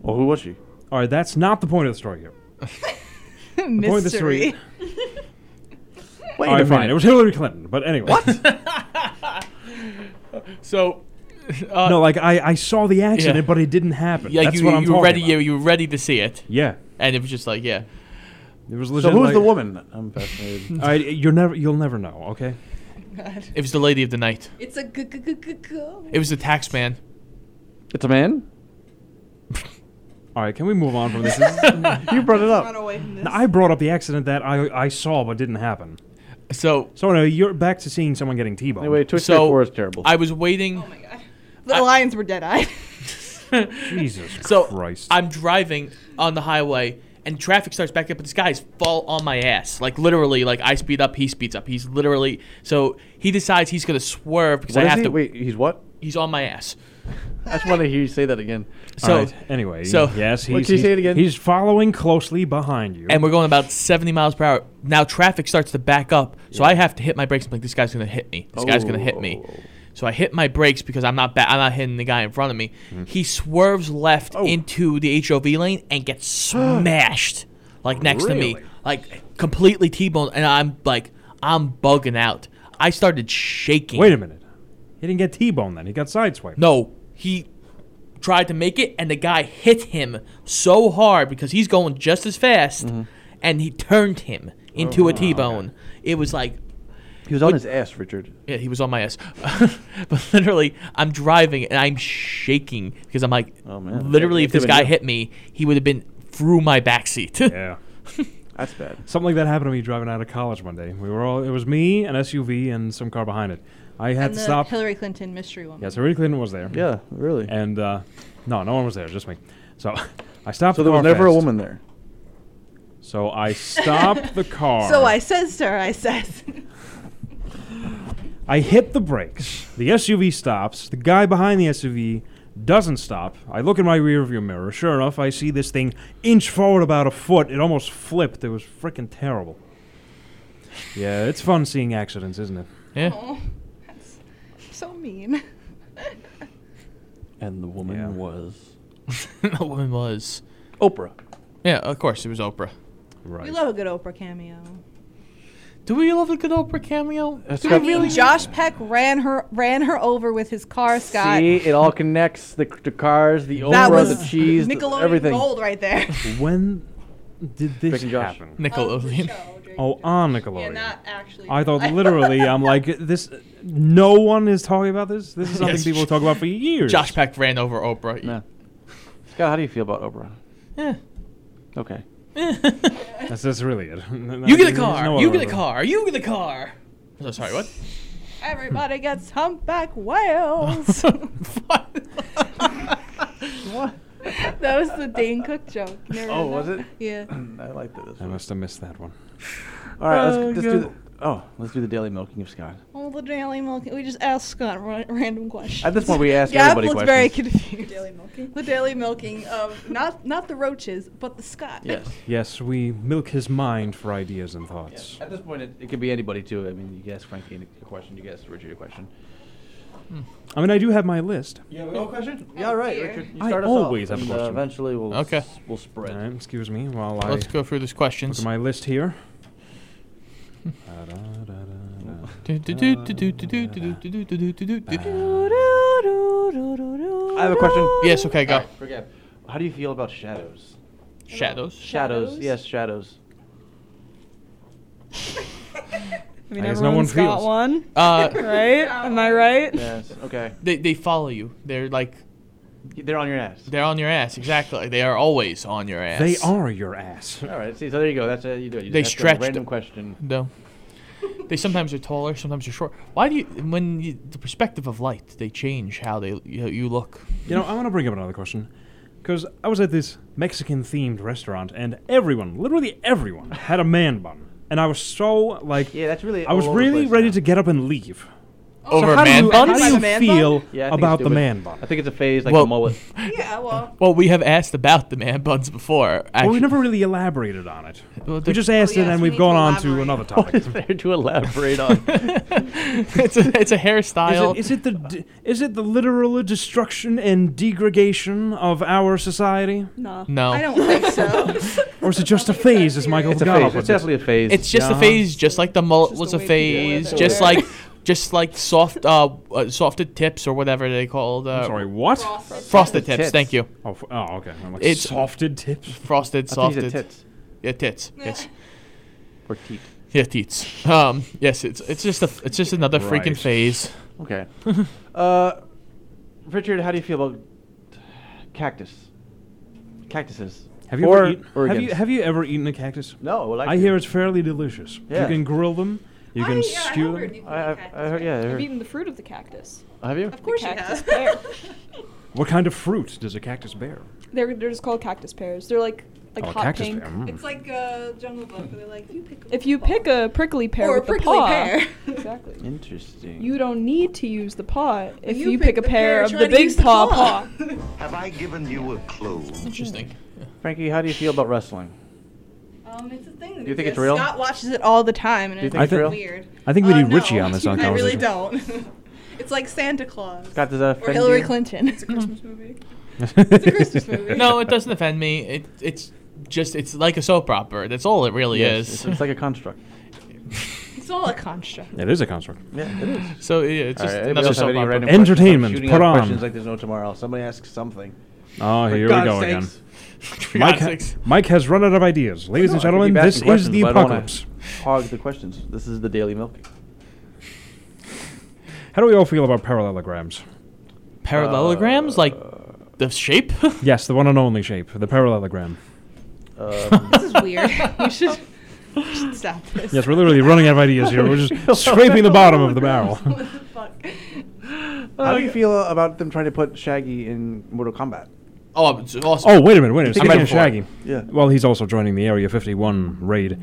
D: well, who was she?
B: All right, that's not the point of the story here. The point of the story.
A: (laughs) Mystery.
D: Wait
B: All right, fine. It was Hillary Clinton. But anyway. What?
C: So, uh,
B: No, like I, I saw the accident,
C: Yeah.
B: but it didn't happen.
C: yeah,
B: That's
C: you,
B: what I'm
C: you were
B: talking
C: ready.
B: about.
C: You, you were ready to see it,
B: Yeah,
C: and it was just like, yeah.
B: it was
D: so
B: legit.
D: who's
B: like-
D: (laughs) the woman? I'm (laughs) fascinated.
B: I, you're never, you'll never know. Okay.
C: It was the lady of the night.
A: It's a g- g- g- g- go.
C: It was the tax man.
D: it's a man.
B: All right. Can we move on from this? This
D: (laughs)
B: is-
D: You brought it
E: Run
D: up.
E: away from this.
B: I brought up the accident that I, I saw but didn't happen.
C: So
B: So anyway, you're back to seeing someone getting t-boned.
D: Anyway, Twister
C: So-
D: Four is terrible.
C: I was waiting.
A: Oh my god. The lions were dead eyed.
C: (laughs)
B: Jesus
C: So
B: Christ.
C: I'm driving on the highway and traffic starts back up, but this guy's fall on my ass. Like literally, like I speed up, he speeds up. He's literally so he decides he's gonna swerve because
D: What
C: I
D: is
C: have
D: he?
C: to.
D: Wait, he's what?
C: He's on my ass.
D: I just want to hear you say that again.
B: All
C: So
B: right, anyway,
C: so-
B: yes, he's,
D: What did you say
B: he's-
D: it again?
B: he's following closely behind you.
C: and we're going about 70 miles per hour. Now traffic starts to back up, so I have to hit my brakes. I'm like, this guy's gonna hit me. This guy's gonna hit me.
D: Oh.
C: So I hit my brakes because I'm not ba- I'm not hitting the guy in front of me.
B: Mm-hmm.
C: He swerves left
B: Oh.
C: into the HOV lane and
B: (gasps)
C: gets smashed like next to
B: Really?
C: me, like completely T-boned, and I'm like I'm bugging out. I started shaking.
B: Wait a minute. He didn't get t-boned then. He got sideswiped.
C: No, he tried to make it, and the guy hit him so hard because he's going just as fast,
D: Mm-hmm.
C: and he turned him into
D: Oh,
C: a T-bone. It was like,
D: He was on his ass, Richard.
C: yeah, he was on my ass. (laughs) but literally, I'm driving and I'm shaking because I'm like,
D: Oh, man.
C: literally,
D: Yeah,
C: if this
D: could've been
C: guy
D: you.
C: hit me, he would have been through my backseat. (laughs)
B: Yeah.
D: That's bad.
B: Something like that happened to me driving out of college one day. We were all. It was me, an SUV, and some car behind it. I had
A: And
B: to
A: the
B: stop.
A: Hillary Clinton mystery woman.
B: yes, Hillary Clinton was there.
D: Yeah, really.
B: And uh, no, no one was there, just me. So (laughs) I stopped.
D: so
B: the
D: there was
B: car
D: never a
B: fast.
D: woman there.
B: So I stopped
D: (laughs)
B: the car.
A: So I says to her, I says. (laughs)
B: I hit the brakes. The SUV stops. The guy behind the SUV doesn't stop. I look in my rearview mirror. Sure enough, I see this thing inch forward about a foot. It almost flipped. It was freaking terrible. Yeah, it's fun seeing accidents, isn't it?
C: yeah.
A: oh, that's so mean.
D: And the woman
B: Yeah.
D: was
C: the woman was.
D: Oprah.
C: Yeah, of course, it was Oprah.
B: Right.
A: We love a good Oprah cameo.
C: Do we love the good Oprah cameo?
D: That's
C: Do we
D: got-
C: really?
A: Josh Peck ran her ran her over with his car, Scott.
D: See, it all connects the, the cars, the
A: that
D: Oprah,
A: was
D: the cheese, the-
A: Nickelodeon
D: everything.
A: gold right there.
B: when did this
D: Drake and Josh.
B: happen?
C: (laughs) Nickelodeon.
B: Oh, on
A: Yeah,
B: Nickelodeon.
A: not actually.
B: I thought literally, I'm like, this. No one is talking about this. This is something
C: Yes.
B: people talk about for years.
C: Josh Peck ran over Oprah.
D: Yeah. Scott, how do you feel about Oprah?
C: Yeah.
D: Okay.
C: (laughs)
B: That's, that's really it.
C: You get a
B: There's
C: car.
B: no
C: you
B: other
C: get a
B: way.
C: car. You get a car. So
B: (laughs)
C: sorry. What?
A: Everybody gets humpback
E: (laughs)
A: whales. (laughs)
D: What?
A: (laughs) that was the Dane Cook joke. Never
D: Oh,
A: heard
D: was
A: that?
D: it?
A: Yeah.
D: (clears throat) I liked it. This
B: I
D: one.
B: must have missed that one.
D: All right, let's,
B: Oh,
D: let's do the.
B: God.
D: Oh, let's do the daily milking of Scott.
A: All the daily milking. We just asked Scott ra- random questions.
D: At this point,
A: (laughs)
D: we ask
A: Gab
D: everybody
A: looked
D: questions.
A: very confused.
E: Daily milking.
A: (laughs) the daily milking of not not the roaches, but the Scott.
D: yes.
B: (laughs) Yes, we milk his mind for ideas and thoughts.
D: At this point, it, it could be anybody too. I mean, you can ask Frankie any- a question. You can ask Richard a question.
B: I mean, I do have my list.
D: You have a question? Yeah,
A: Oh,
D: all right,
A: dear.
D: Richard. You
B: I
D: start us
B: always
D: off,
B: have a
D: and, Uh,
B: question.
D: eventually, we'll
C: Okay.
D: s- we'll spread.
B: All right, excuse me while I
C: Let's go through these
B: look
C: questions.
B: at my list
C: (laughs)
B: here.
C: Do, do, do, do, do, do, do, do, do, do, do, do, do, do, do.
D: I have a question.
C: Yes. Okay.
D: All
C: Go.
D: right, forget. How do you feel about shadows?
C: Shadows.
D: Shadows.
E: Shadows?
D: Yes, shadows.
E: I mean,
B: I guess
E: everyone's
B: no one
E: got
B: feels.
E: one,
C: Uh,
E: right? Am I right?
D: Yes. Okay.
C: they they follow you. They're like
D: They're on your ass.
C: they're on your ass. Exactly. They are always on your ass.
B: They are your ass.
D: All right. See, so there you go. That's how you do it. You
C: They
D: just ask a
C: stretched
D: Random
C: it.
D: question.
C: No. They sometimes are taller, sometimes they're short. Why do you when you, the perspective of light they change how they you, you look?
B: You know, I want to bring up another question. Because I was at this Mexican themed restaurant, and everyone, literally everyone, had a man bun. And I was so, like,
D: Yeah, that's really.
B: I was
D: all over the
B: really
D: place
B: ready
D: now.
B: to get up and leave.
C: Over
B: how
C: a man
B: do you,
C: bun?
B: How do
A: By
B: you
A: the man
B: feel
D: Yeah, I think it's
B: about the
D: stupid.
B: man bun?
D: I think it's a phase like
C: Well-
D: the mullet.
A: (laughs)
B: (laughs)
A: Yeah, well,
C: Well, we have asked about the man buns before.
B: Well, we
C: actually.
B: never really elaborated on it.
C: Well,
B: We
C: they're-
B: just asked
A: Oh,
B: it,
A: yes,
B: and
A: we
B: we've
A: need
B: gone
A: to
B: on to
A: elaborate.
B: another (laughs)
D: What
B: topic.
D: is there to elaborate on?
C: (laughs) it's a it's a
B: Is
C: hairstyle.
B: it, is it the d- is it the literal destruction and degradation of our society,
E: No.
D: Oh.
C: no,
A: I don't think
D: (laughs)
A: so.
B: or is it just a phase? As Michael
D: It's a
B: got
D: phase.
B: up with
D: It's definitely a phase.
C: it's just a
B: Yeah.
C: phase, just like the mullet was a
E: the way people
C: phase,
E: wear
C: just
E: their
C: like just like soft uh, uh softed tips or whatever they called. Uh,
B: it? Sorry, what?
C: frosted tips.
D: Tips.
C: Thank you,
B: Oh, f- oh, okay. I'm like,
C: It's-
B: softed tips.
C: frosted,
D: I think
C: softed.
D: he's a tits
C: Yeah, tits. Yes.
D: or teat.
C: Yeah, teats. Um, yes, it's it's just a it's just another freaking
B: Right.
C: phase.
B: (laughs)
D: Okay. uh, Richard, how do you feel about cactus? Cactuses.
B: Have you
D: or,
B: ever eat,
D: or
B: have you
D: against?
B: have you ever eaten a cactus?
D: No, well,
B: I hear it's fairly delicious.
D: Yeah.
B: You can grill them. You
A: I,
B: can
A: yeah, I
B: stew
A: have heard
B: them.
A: you
D: I, I,
A: can eat
D: I
A: cactus.
D: heard, yeah, I
E: I've
D: heard.
E: eaten the fruit of the cactus.
D: Have you?
A: Of course you
E: Cactus
A: have.
E: pear.
B: What kind of fruit does a cactus bear?
E: They're, they're just called cactus pears. They're like like
B: oh, a
E: hot
B: cactus
E: pink.
B: bear.
A: (laughs)
B: mm.
A: It's like a jungle book. Where they're like, you pick. A
E: If you
A: ball."
E: pick a prickly pear
A: Or a
E: with
A: prickly
E: the paw,
A: pear.
E: exactly.
D: Interesting.
E: You don't need to use the paw (laughs) if you,
A: you
E: pick,
A: pick
E: a
A: the
E: pair
A: pear,
E: of
A: try
E: the
A: to
E: big
A: use the
E: paw
A: paw.
E: paw.
A: (laughs)
G: Have I given you a clue?
C: Interesting.
D: Frankie, how do you feel about wrestling?
A: Um, it's a thing. That
D: Do you think
A: exists.
D: it's real?
A: Scott watches it all the time, and
D: Do you
A: it's
D: think it's real?
A: weird.
B: I think we
A: Uh,
B: need Richie
A: no.
B: on this on
A: (laughs) I really
B: conversation.
A: don't. it's like Santa Claus
D: Scott, does that
A: or
D: offend
A: Hillary
D: uh, you?
A: Clinton. It's (laughs)
E: Christmas movie.
A: a Christmas movie.
C: no, it doesn't offend me. It it's just it's like a soap opera. That's all it really
D: Yes,
C: is.
D: It's, it's like a construct.
A: It's all a construct.
B: (laughs) It is a construct.
D: Yeah, it is.
C: so yeah, it's just
D: Alright, anybody
C: another
D: else have
C: soap
D: any
C: opera. (laughs)
D: random questions? I'm
B: Entertainment,
D: shooting
B: put
D: out
B: on.
D: Questions like there's no tomorrow. Somebody ask something.
B: Oh,
D: For
B: here we
D: God's
B: go
D: sakes.
B: again.
C: For
B: Mike,
C: God's
B: ha-
C: sakes.
B: Mike has run out of ideas. Ladies
D: No, I
B: and
D: could
B: gentlemen,
D: keep
B: this
D: asking
B: is the
D: questions, but I don't wanna
B: apocalypse.
D: Hog the questions. This is the
B: (laughs)
D: daily milking.
B: How do we all feel about parallelograms?
C: Parallelograms, like the shape. (laughs)
B: Yes, the one and only shape, the parallelogram.
D: Um,
A: This is (laughs) weird. we should, we should stop this.
B: Yes, we're literally running out of ideas here. We're
D: (laughs)
B: just scraping the bottom of the barrel.
A: What the fuck?
D: how do you feel about them trying to put Shaggy in Mortal Kombat?
C: oh, it's awesome. (laughs)
B: Oh, wait a minute, wait a minute.
D: I'm
B: Speaking
D: ready
B: of
D: for it.
B: Shaggy,
D: Yeah.
B: well, he's also joining the Area 51 raid.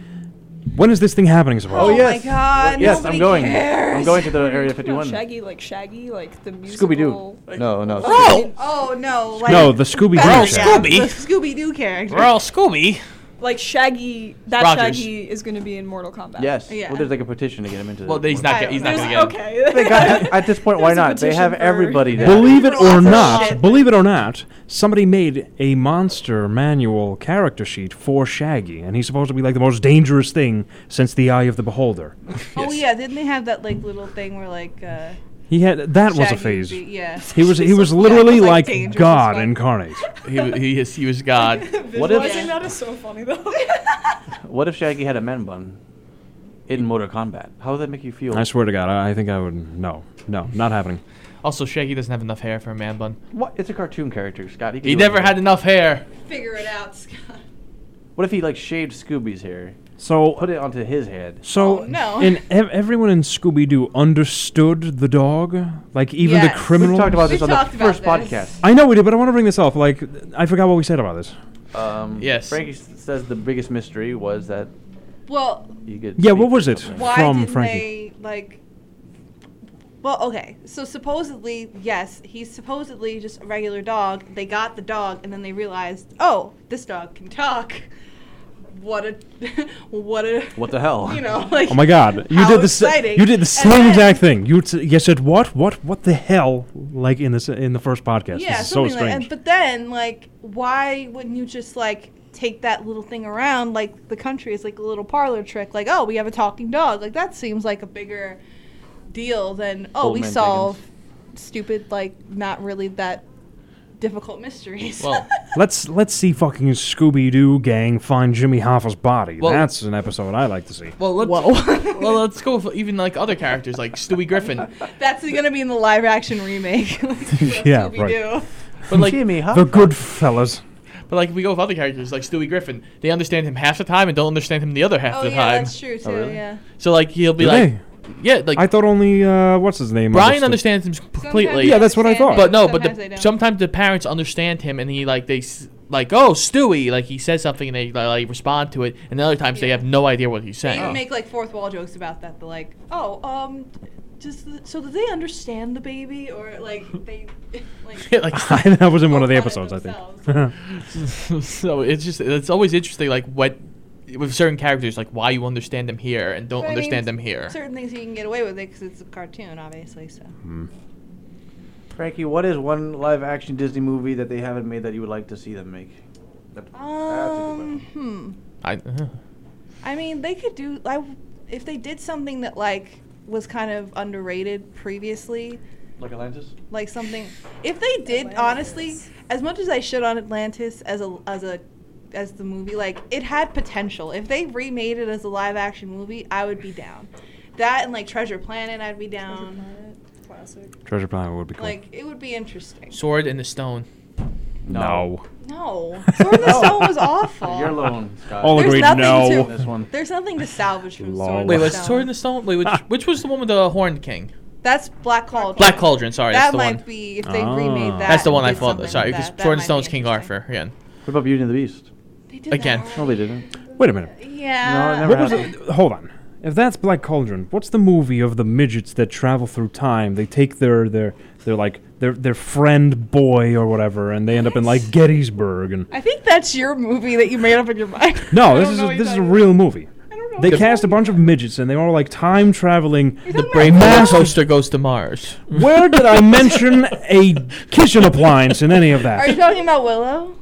B: When is this thing happening,
A: Oh,
B: supposedly?
A: yeah. my God,
D: yes,
A: nobody
D: I'm going. I'm
A: cares.
D: going to the Area
E: No,
D: 51.
E: Shaggy like Shaggy like the musical.
D: Scooby Doo. No, no.
A: Oh, oh no! Like,
B: No, the Scooby
A: Batman,
B: Doo Shaggy.
C: Scooby.
A: the Scooby Doo character.
C: We're all Scooby.
E: Like Shaggy. That
C: Rogers.
E: Shaggy is going to be in Mortal Kombat.
D: Yes.
A: Yeah.
D: Well, there's like a petition to get him into.
C: Well,
D: the
C: he's not.
A: I
C: Get,
A: don't
C: he's not
A: know.
C: gonna
E: There's-
C: get. it.
E: okay.
A: (laughs)
D: They got-
E: (laughs)
D: at, this point, why
E: There's a
D: not? They have
E: petition for-
D: everybody there.
B: Believe it or
A: Lots of
B: not,
A: shit.
B: believe it or not, somebody made a monster manual character sheet for Shaggy, and he's supposed to be like the most dangerous thing since the eye of the beholder.
A: Oh yeah, didn't they have that like little thing where like uh,
B: He had that was a
A: Shaggy
B: phase.
A: would be- yeah.
B: He was he was
A: Yeah,
B: literally
A: it was,
B: like,
A: dangerous as
B: God
A: fuck. (laughs)
B: incarnate.
C: He, wa- he is. He was God.
D: What if-
E: Visualizing that is so
A: (laughs)
E: funny though.
D: What if Shaggy had a man bun in
B: Mm.
D: Mortal Kombat? How would that make you feel?
B: I swear to God, I, I think I would no, no, not happening.
C: also, Shaggy doesn't have enough hair for a man bun.
D: What? It's a cartoon character, Scott. can
C: He
D: do
C: never
D: anything.
C: had enough hair.
A: Figure it out, Scott.
D: What if he like shaved Scooby's hair,
B: So
D: put it onto his head?
B: So,
A: Oh, no.
B: and ev- everyone in Scooby Doo understood the dog, like even
A: Yes.
B: the
A: We
B: criminal.
D: We talked about
A: We
D: this on the
A: talked about
D: first
A: this.
D: podcast.
B: I know we did, but I want to bring this up. Like, I forgot what we said about this.
D: Um,
C: Yes.
D: Frankie s- says the biggest mystery was that
A: Well,
D: you could.
B: Yeah,
D: speak
B: what was
D: to
B: it?
D: someone.
A: why
B: From
A: didn't
B: Frankie.
A: they like? Well, okay. So supposedly, yes, he's supposedly just a regular dog. They got the dog, and then they realized, oh, this dog can talk. What a, (laughs) what a,
D: What the hell?
A: you know, like.
B: Oh my God! You
A: how
B: did the s-
A: exciting.
B: you did the
A: And
B: same
A: then-
B: exact thing. You t- you said what what what the hell? Like in this in the first podcast.
A: Yeah,
B: this is so
A: something like.
B: strange.
A: And, but then, like, why wouldn't you just like take that little thing around like the country is like a little parlor trick? Like, oh, we have a talking dog. Like that seems like a bigger deal than oh,
D: Old
A: we
D: man
A: solve stupid like not really that difficult mysteries. (laughs)
C: Well,
B: let's let's see fucking Scooby Doo gang find Jimmy Hoffa's body.
C: Well-
B: That's an episode I like to see.
C: well, let's,
A: Whoa.
C: (laughs) well, let's go with even like other characters like Stewie Griffin.
A: That's gonna be in the live action remake. (laughs) Like,
B: Yeah,
A: Scooby-Doo.
B: right.
C: But like,
D: Jimmy, huh?
B: The good fellas.
C: but like, if we go with other characters like Stewie Griffin. They understand him half the time and don't understand him the other half
A: Oh
C: the
A: yeah,
C: time.
A: that's true too.
D: really?
A: Yeah.
C: So like, he'll be
B: Do
C: like,
B: they?
C: yeah, like
B: I thought only uh, what's his name?
C: Brian
B: understood.
C: understands him completely.
A: Sometimes
B: Yeah, that's what I
A: they
B: thought.
C: but no,
A: understand, sometimes
C: but
A: they
C: the,
A: don't.
C: sometimes the parents understand him and he like they s- like oh Stewie like he says something and they like respond to it and the other times they
A: Yeah.
C: have no idea what he's
A: They
C: saying.
A: make like fourth wall jokes about that. They're like, oh, um, just so do they understand the baby or like they (laughs) like.
C: Yeah, (laughs) like
B: (laughs) that was in one of the
A: All by
B: episodes, I think.
A: themselves.
C: so it's just it's always interesting like what with certain characters like why you understand them here and don't
A: But (laughs) I mean,
C: understand them here.
A: Certain things you can get away with because it's a cartoon, obviously. So
C: Hmm.
D: Frankie, what is one live action Disney movie that they haven't made that you would like to see them make? That- Ah, that's a good
A: um,
D: one.
A: hmm.
C: I, uh,
A: I mean, they could do like if they did something that like was kind of underrated previously.
D: Like Atlantis?
A: like something if they did honestly as much as i shit on atlantis as a as a as the movie like it had potential if they remade it as a live action movie i would be down that and like treasure planet i'd be down
B: (laughs)
E: Classic.
B: Treasure Planet would be cool.
A: like it would be interesting
C: sword in the stone.
B: no.
A: no sword in the
C: (laughs)
A: stone was awful
B: (laughs)
D: You're alone, Scott.
B: All
A: There's
B: agreed.
A: nothing
B: No.
A: to-
D: This one.
A: there's nothing to salvage from
B: Lol.
A: sword in
C: Wait,
A: the
C: was
A: stone
C: sword in the stone? Wait, which which was the one with the horned king?
A: that's black cauldron
C: Ah. Black Cauldron. Sorry,
A: that
C: that's the
A: might
C: one.
A: be if they
B: Ah.
A: remade that
C: that's the one I
A: and did
C: thought.
A: something
C: Sorry,
A: with
C: because
A: that, that
C: sword in
A: might
C: the
A: be
C: stone's King
A: interesting.
C: Arthur again.
D: What about Beauty and the Beast?
A: They did that
C: Again.
A: already.
D: No, they didn't.
B: Wait a minute.
A: yeah
D: no, it
B: What
D: never
B: was
D: happened.
B: it? Hold on. If that's Black Cauldron, what's the movie of the midgets that travel through time? They take their their their like their their friend boy or whatever, and they end up in like Gettysburg. And
A: I think that's your movie that you made up in your mind.
B: (laughs) no,
A: I
B: this
A: don't
B: is
A: know
B: a,
A: what
B: this
A: you're
B: is a
A: talking
B: real movie.
A: about. I don't know.
B: They
A: what
B: cast a
A: you're
B: bunch of midgets, and they were like time traveling.
A: talking about.
C: Brave roller
B: Massive-
C: coaster goes to Mars.
B: Where did I mention a kitchen appliance in any of
A: Are you
B: that?
A: talking about Willow?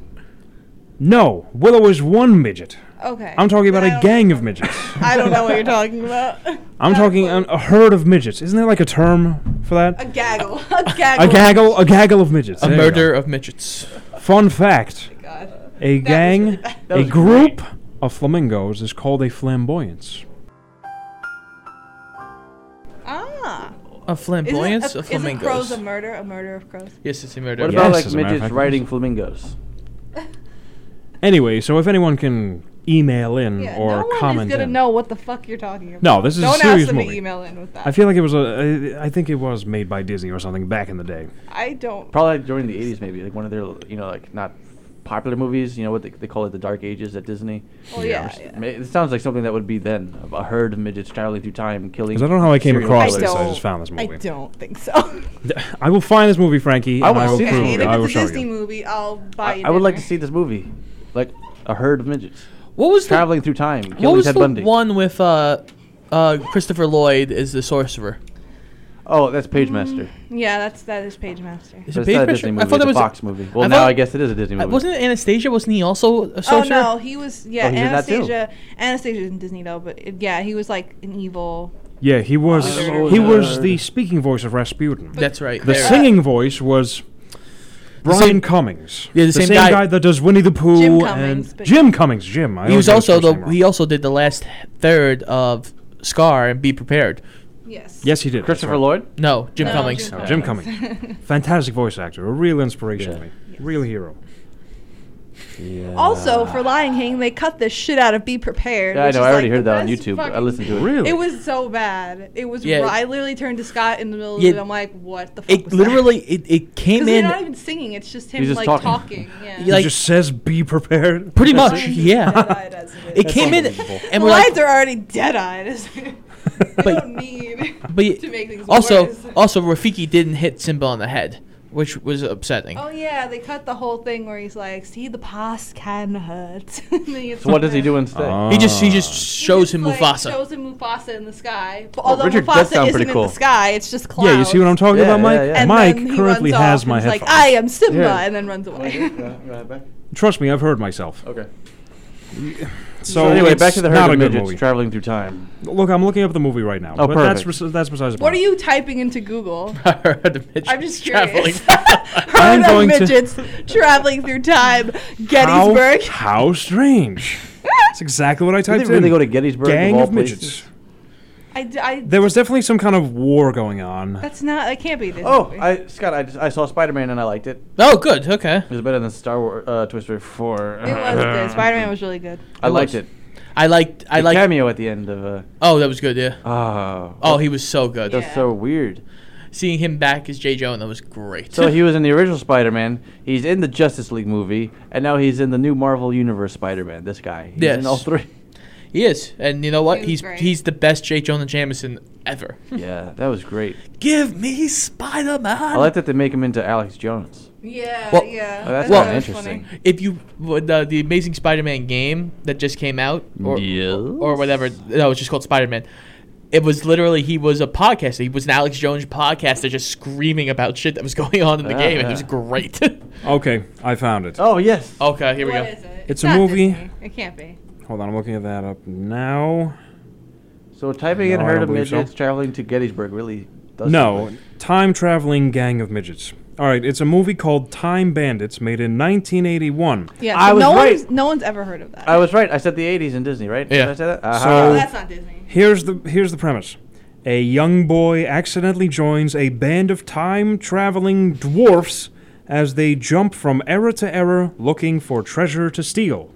B: No, Willow is one midget.
A: Okay.
B: I'm talking about
A: Then I
B: a
A: don't-
B: gang of
A: (laughs)
B: midgets.
A: I don't know what you're
B: (laughs)
A: talking about.
B: I'm talking an, a herd of midgets. Isn't there like a term for
A: a
B: that?
A: gaggle. (laughs) A gaggle.
B: A gaggle, a gaggle of midgets.
C: A
B: There you go.
C: murder of midgets.
B: Fun fact:
A: God.
B: a
A: was really
B: gang,
A: bad.
D: That
B: a
D: was
B: group of flamingos is called a flamboyance.
A: Ah.
C: A
A: Isn't-
C: flamboyance
A: uh,
C: of
A: isn't
C: flamingos.
A: crows a murder? A murder of crows?
C: yes, it's a murder.
D: What
C: of
B: Yes,
D: about
C: midgets.
D: like
B: as a matter of
D: midgets
B: fact,
D: riding flamingos?
B: Anyway, so if anyone can email in
A: Yeah.
B: or
A: no one
B: comment
A: is gonna
B: in,
A: know what the fuck you're talking about.
B: No, this is a
A: Don't
B: serious
A: ask them
B: movie.
A: to email in with that.
B: I feel like it was a. I I think it was made by Disney or something back in the day.
A: I don't.
D: Probably during the 80s, maybe. Like one of their, you know, like not popular movies. You know what they, they call it the Dark Ages at Disney?
A: Well, yeah. yeah.
D: Ma- It sounds like something that would be then. A herd of midgets traveling through time, killing.
B: 'Cause I don't know how I came
D: serial
B: across
A: I
B: this,
D: killers.
A: don't.
B: I just found this movie.
A: I don't think so.
B: I will find this movie, Frankie,
D: I
B: and
D: would
B: I will
D: see this
B: prove
A: okay,
D: movie.
A: and (laughs) if
B: it. I will
A: it's a
B: show
A: Disney
B: you.
A: movie, I'll buy
D: I,
A: you
D: I would like to
A: dinner.
D: see this movie. Like a herd of midgets.
C: What was
D: Traveling through time,
C: the, what
D: killing
C: was
D: Ted
C: the
D: Bundy.
C: one with uh, uh, Christopher Lloyd is the sorcerer?
D: Oh, that's Page Master.
A: Yeah, that's that is Page Master.
C: Is it
D: But it's not a Disney
C: Master?
D: movie.
C: I thought
D: it's
C: it was
D: a Fox movie. Well,
C: I
D: now
C: thought-
D: I guess it is a Disney
C: Uh,
D: movie.
C: wasn't it Anastasia? Wasn't he also a
A: Oh
C: sorcerer?
A: no, he was yeah
D: Oh, he's in that too.
A: Anastasia. Anastasia is in Disney though, but it- yeah, he was like an evil.
B: Yeah, he was.
A: Oh,
B: He
D: yeah.
B: was the speaking voice of Rasputin.
C: That's right.
B: The
C: there.
B: singing voice was Brian
C: same-
B: Cummings.
C: Yeah, the same guy-
B: that does Winnie the Pooh
A: Jim
B: and
A: Cummings, but-
B: Jim Cummings. Jim. I
C: he
B: always
C: was
B: get his
C: also
B: first
C: the
B: name wrong.
C: he also did the last third of Scar and Be Prepared.
A: Yes.
B: yes, he did. that's
D: Christopher
B: right.
D: Lloyd?
C: No, Jim
A: No,
C: Cummings.
A: Jim (laughs)
B: Jim Cummings. Fantastic voice actor. A real inspiration to
D: Yeah.
B: me. Real hero.
D: Yeah.
C: Ah.
A: Also, for Lion King, they cut the shit out of Be Prepared.
D: Yeah, I
A: which
D: know.
A: is,
D: I already
A: like,
D: heard
A: the
D: that on
A: best
D: YouTube. I
A: fucking-
D: listened to it.
B: Really?
A: It was so bad. It was.
C: Yeah.
A: ri- I literally turned to Scott in the middle of
C: Yeah.
A: it. I'm like, what the fuck? (laughs)
C: It literally it, it
A: Because
C: came
A: they're
C: in
A: not even singing. It's just him
D: He's just
A: like (laughs)
D: talking.
A: talking. Yeah.
C: Yeah, like-
B: it just says be prepared.
C: pretty
A: (laughs)
C: much. (laughs) Yeah,
E: Died as it
C: it
E: is.
C: came in,
D: unbelievable.
C: and
A: the
C: we're like,
A: lions are already dead eyed. (laughs) I
C: But-
A: don't need (laughs)
C: but
A: to make things
C: also
A: worse.
C: also Rafiki didn't hit Simba on the head, which was upsetting.
A: Oh yeah, they cut the whole thing where he's like, "See, the past can hurt." (laughs)
D: So what does (laughs) he do instead?
C: He just he just shows him Mufasa. (laughs)
A: Shows him Mufasa in the sky. But although
D: Richard does
A: Mufasa
D: sound
A: isn't
D: pretty
A: in
D: cool.
A: the sky, it's just clouds.
B: Ah. Yeah, you see what I'm talking
D: Yeah,
B: about,
D: yeah,
B: Mike?
D: yeah.
A: And
B: Mike
A: then he
B: currently
A: runs off
B: has
A: and
B: my
A: is
B: headphones.
A: Like I am Simba,
D: Yeah.
A: and then runs away.
B: Trust me, I've heard myself.
D: Okay.
B: So,
D: So anyway,
B: it's
D: back to the
B: not
D: herd
B: a good
D: of midgets
B: movie.
D: traveling through time.
B: Look, I'm looking up the movie right now.
D: Oh,
B: but that's
D: perfect.
B: res- that's besides the point.
A: what are you typing into Google? I'm just
C: (laughs)
A: curious. (laughs) Heard
B: I'm
A: of
B: going to-
A: midgets traveling through time,
B: How,
A: Gettysburg.
B: how strange. That's exactly what I
D: Did
B: typed
D: they really
B: in.
D: go to Gettysburg?
B: Gang
D: of, all
B: of midgets.
D: places?
A: I, d- I-
B: There was definitely some kind of war going on.
A: that's not. That can't be this.
D: Oh,
A: movie.
D: I Scott, I, just, I saw Spider-Man and I liked it.
C: Oh, good. Okay,
D: It was better than Star Wars, uh, Toy Story Four.
A: it was good. Spider-Man was really good.
D: I liked it.
C: I liked I
D: The
C: liked.
D: cameo at the end of. Uh,
C: Oh, that was good. Yeah.
D: oh,
C: Oh, he was so good.
D: that's
A: Yeah.
D: so weird.
C: Seeing him back as J. Jonah was great.
D: So he was in the original Spider-Man. He's in the Justice League movie, and now he's in the new Marvel Universe Spider-Man. This guy. He's In
C: Yes.
D: all three.
C: he is, and you know what?
A: He was
C: He's
A: great.
C: he's the best J. Jonah Jameson
A: (laughs)
C: ever.
D: yeah, that was great.
C: Give me Spider
D: I
C: Man.
D: like that they make him into Alex Jones.
A: Yeah,
C: Well-
A: yeah.
D: Oh, that's
A: That
C: well-
A: was
D: interesting.
A: funny.
C: if you with, uh, the Amazing Spider-Man game that just came out, or
D: Yes.
C: or whatever, no, it's just called Spider-Man. It was literally he was a podcaster. He was an Alex Jones podcaster, just screaming about shit that was (laughs) going on in the
D: Ah,
C: game, and it
D: yeah.
C: was great. (laughs)
B: Okay, I found it.
D: Oh yes.
C: okay, here we
A: What
C: go.
A: is it?
B: It's a
A: not
B: movie.
A: Disney. It can't be.
B: Hold on, I'm looking that up now.
D: So typing in
B: No, I
D: herd
B: don't
D: of
B: believe so.
D: midgets traveling to Gettysburg really does.
B: No,
D: something.
B: Time Traveling Gang of Midgets. All right, it's a movie called Time Bandits made in 1981.
A: Yeah,
D: I
A: so
D: was
A: no
D: right.
A: one's no one's ever heard of that.
D: I was right. I said the 80s in Disney, right?
C: Yeah.
D: Did I say that?
A: Oh,
D: Aha.
A: that's not Disney.
B: Here's the here's the premise. A young boy accidentally joins a band of time traveling dwarfs as they jump from era to era looking for treasure to steal.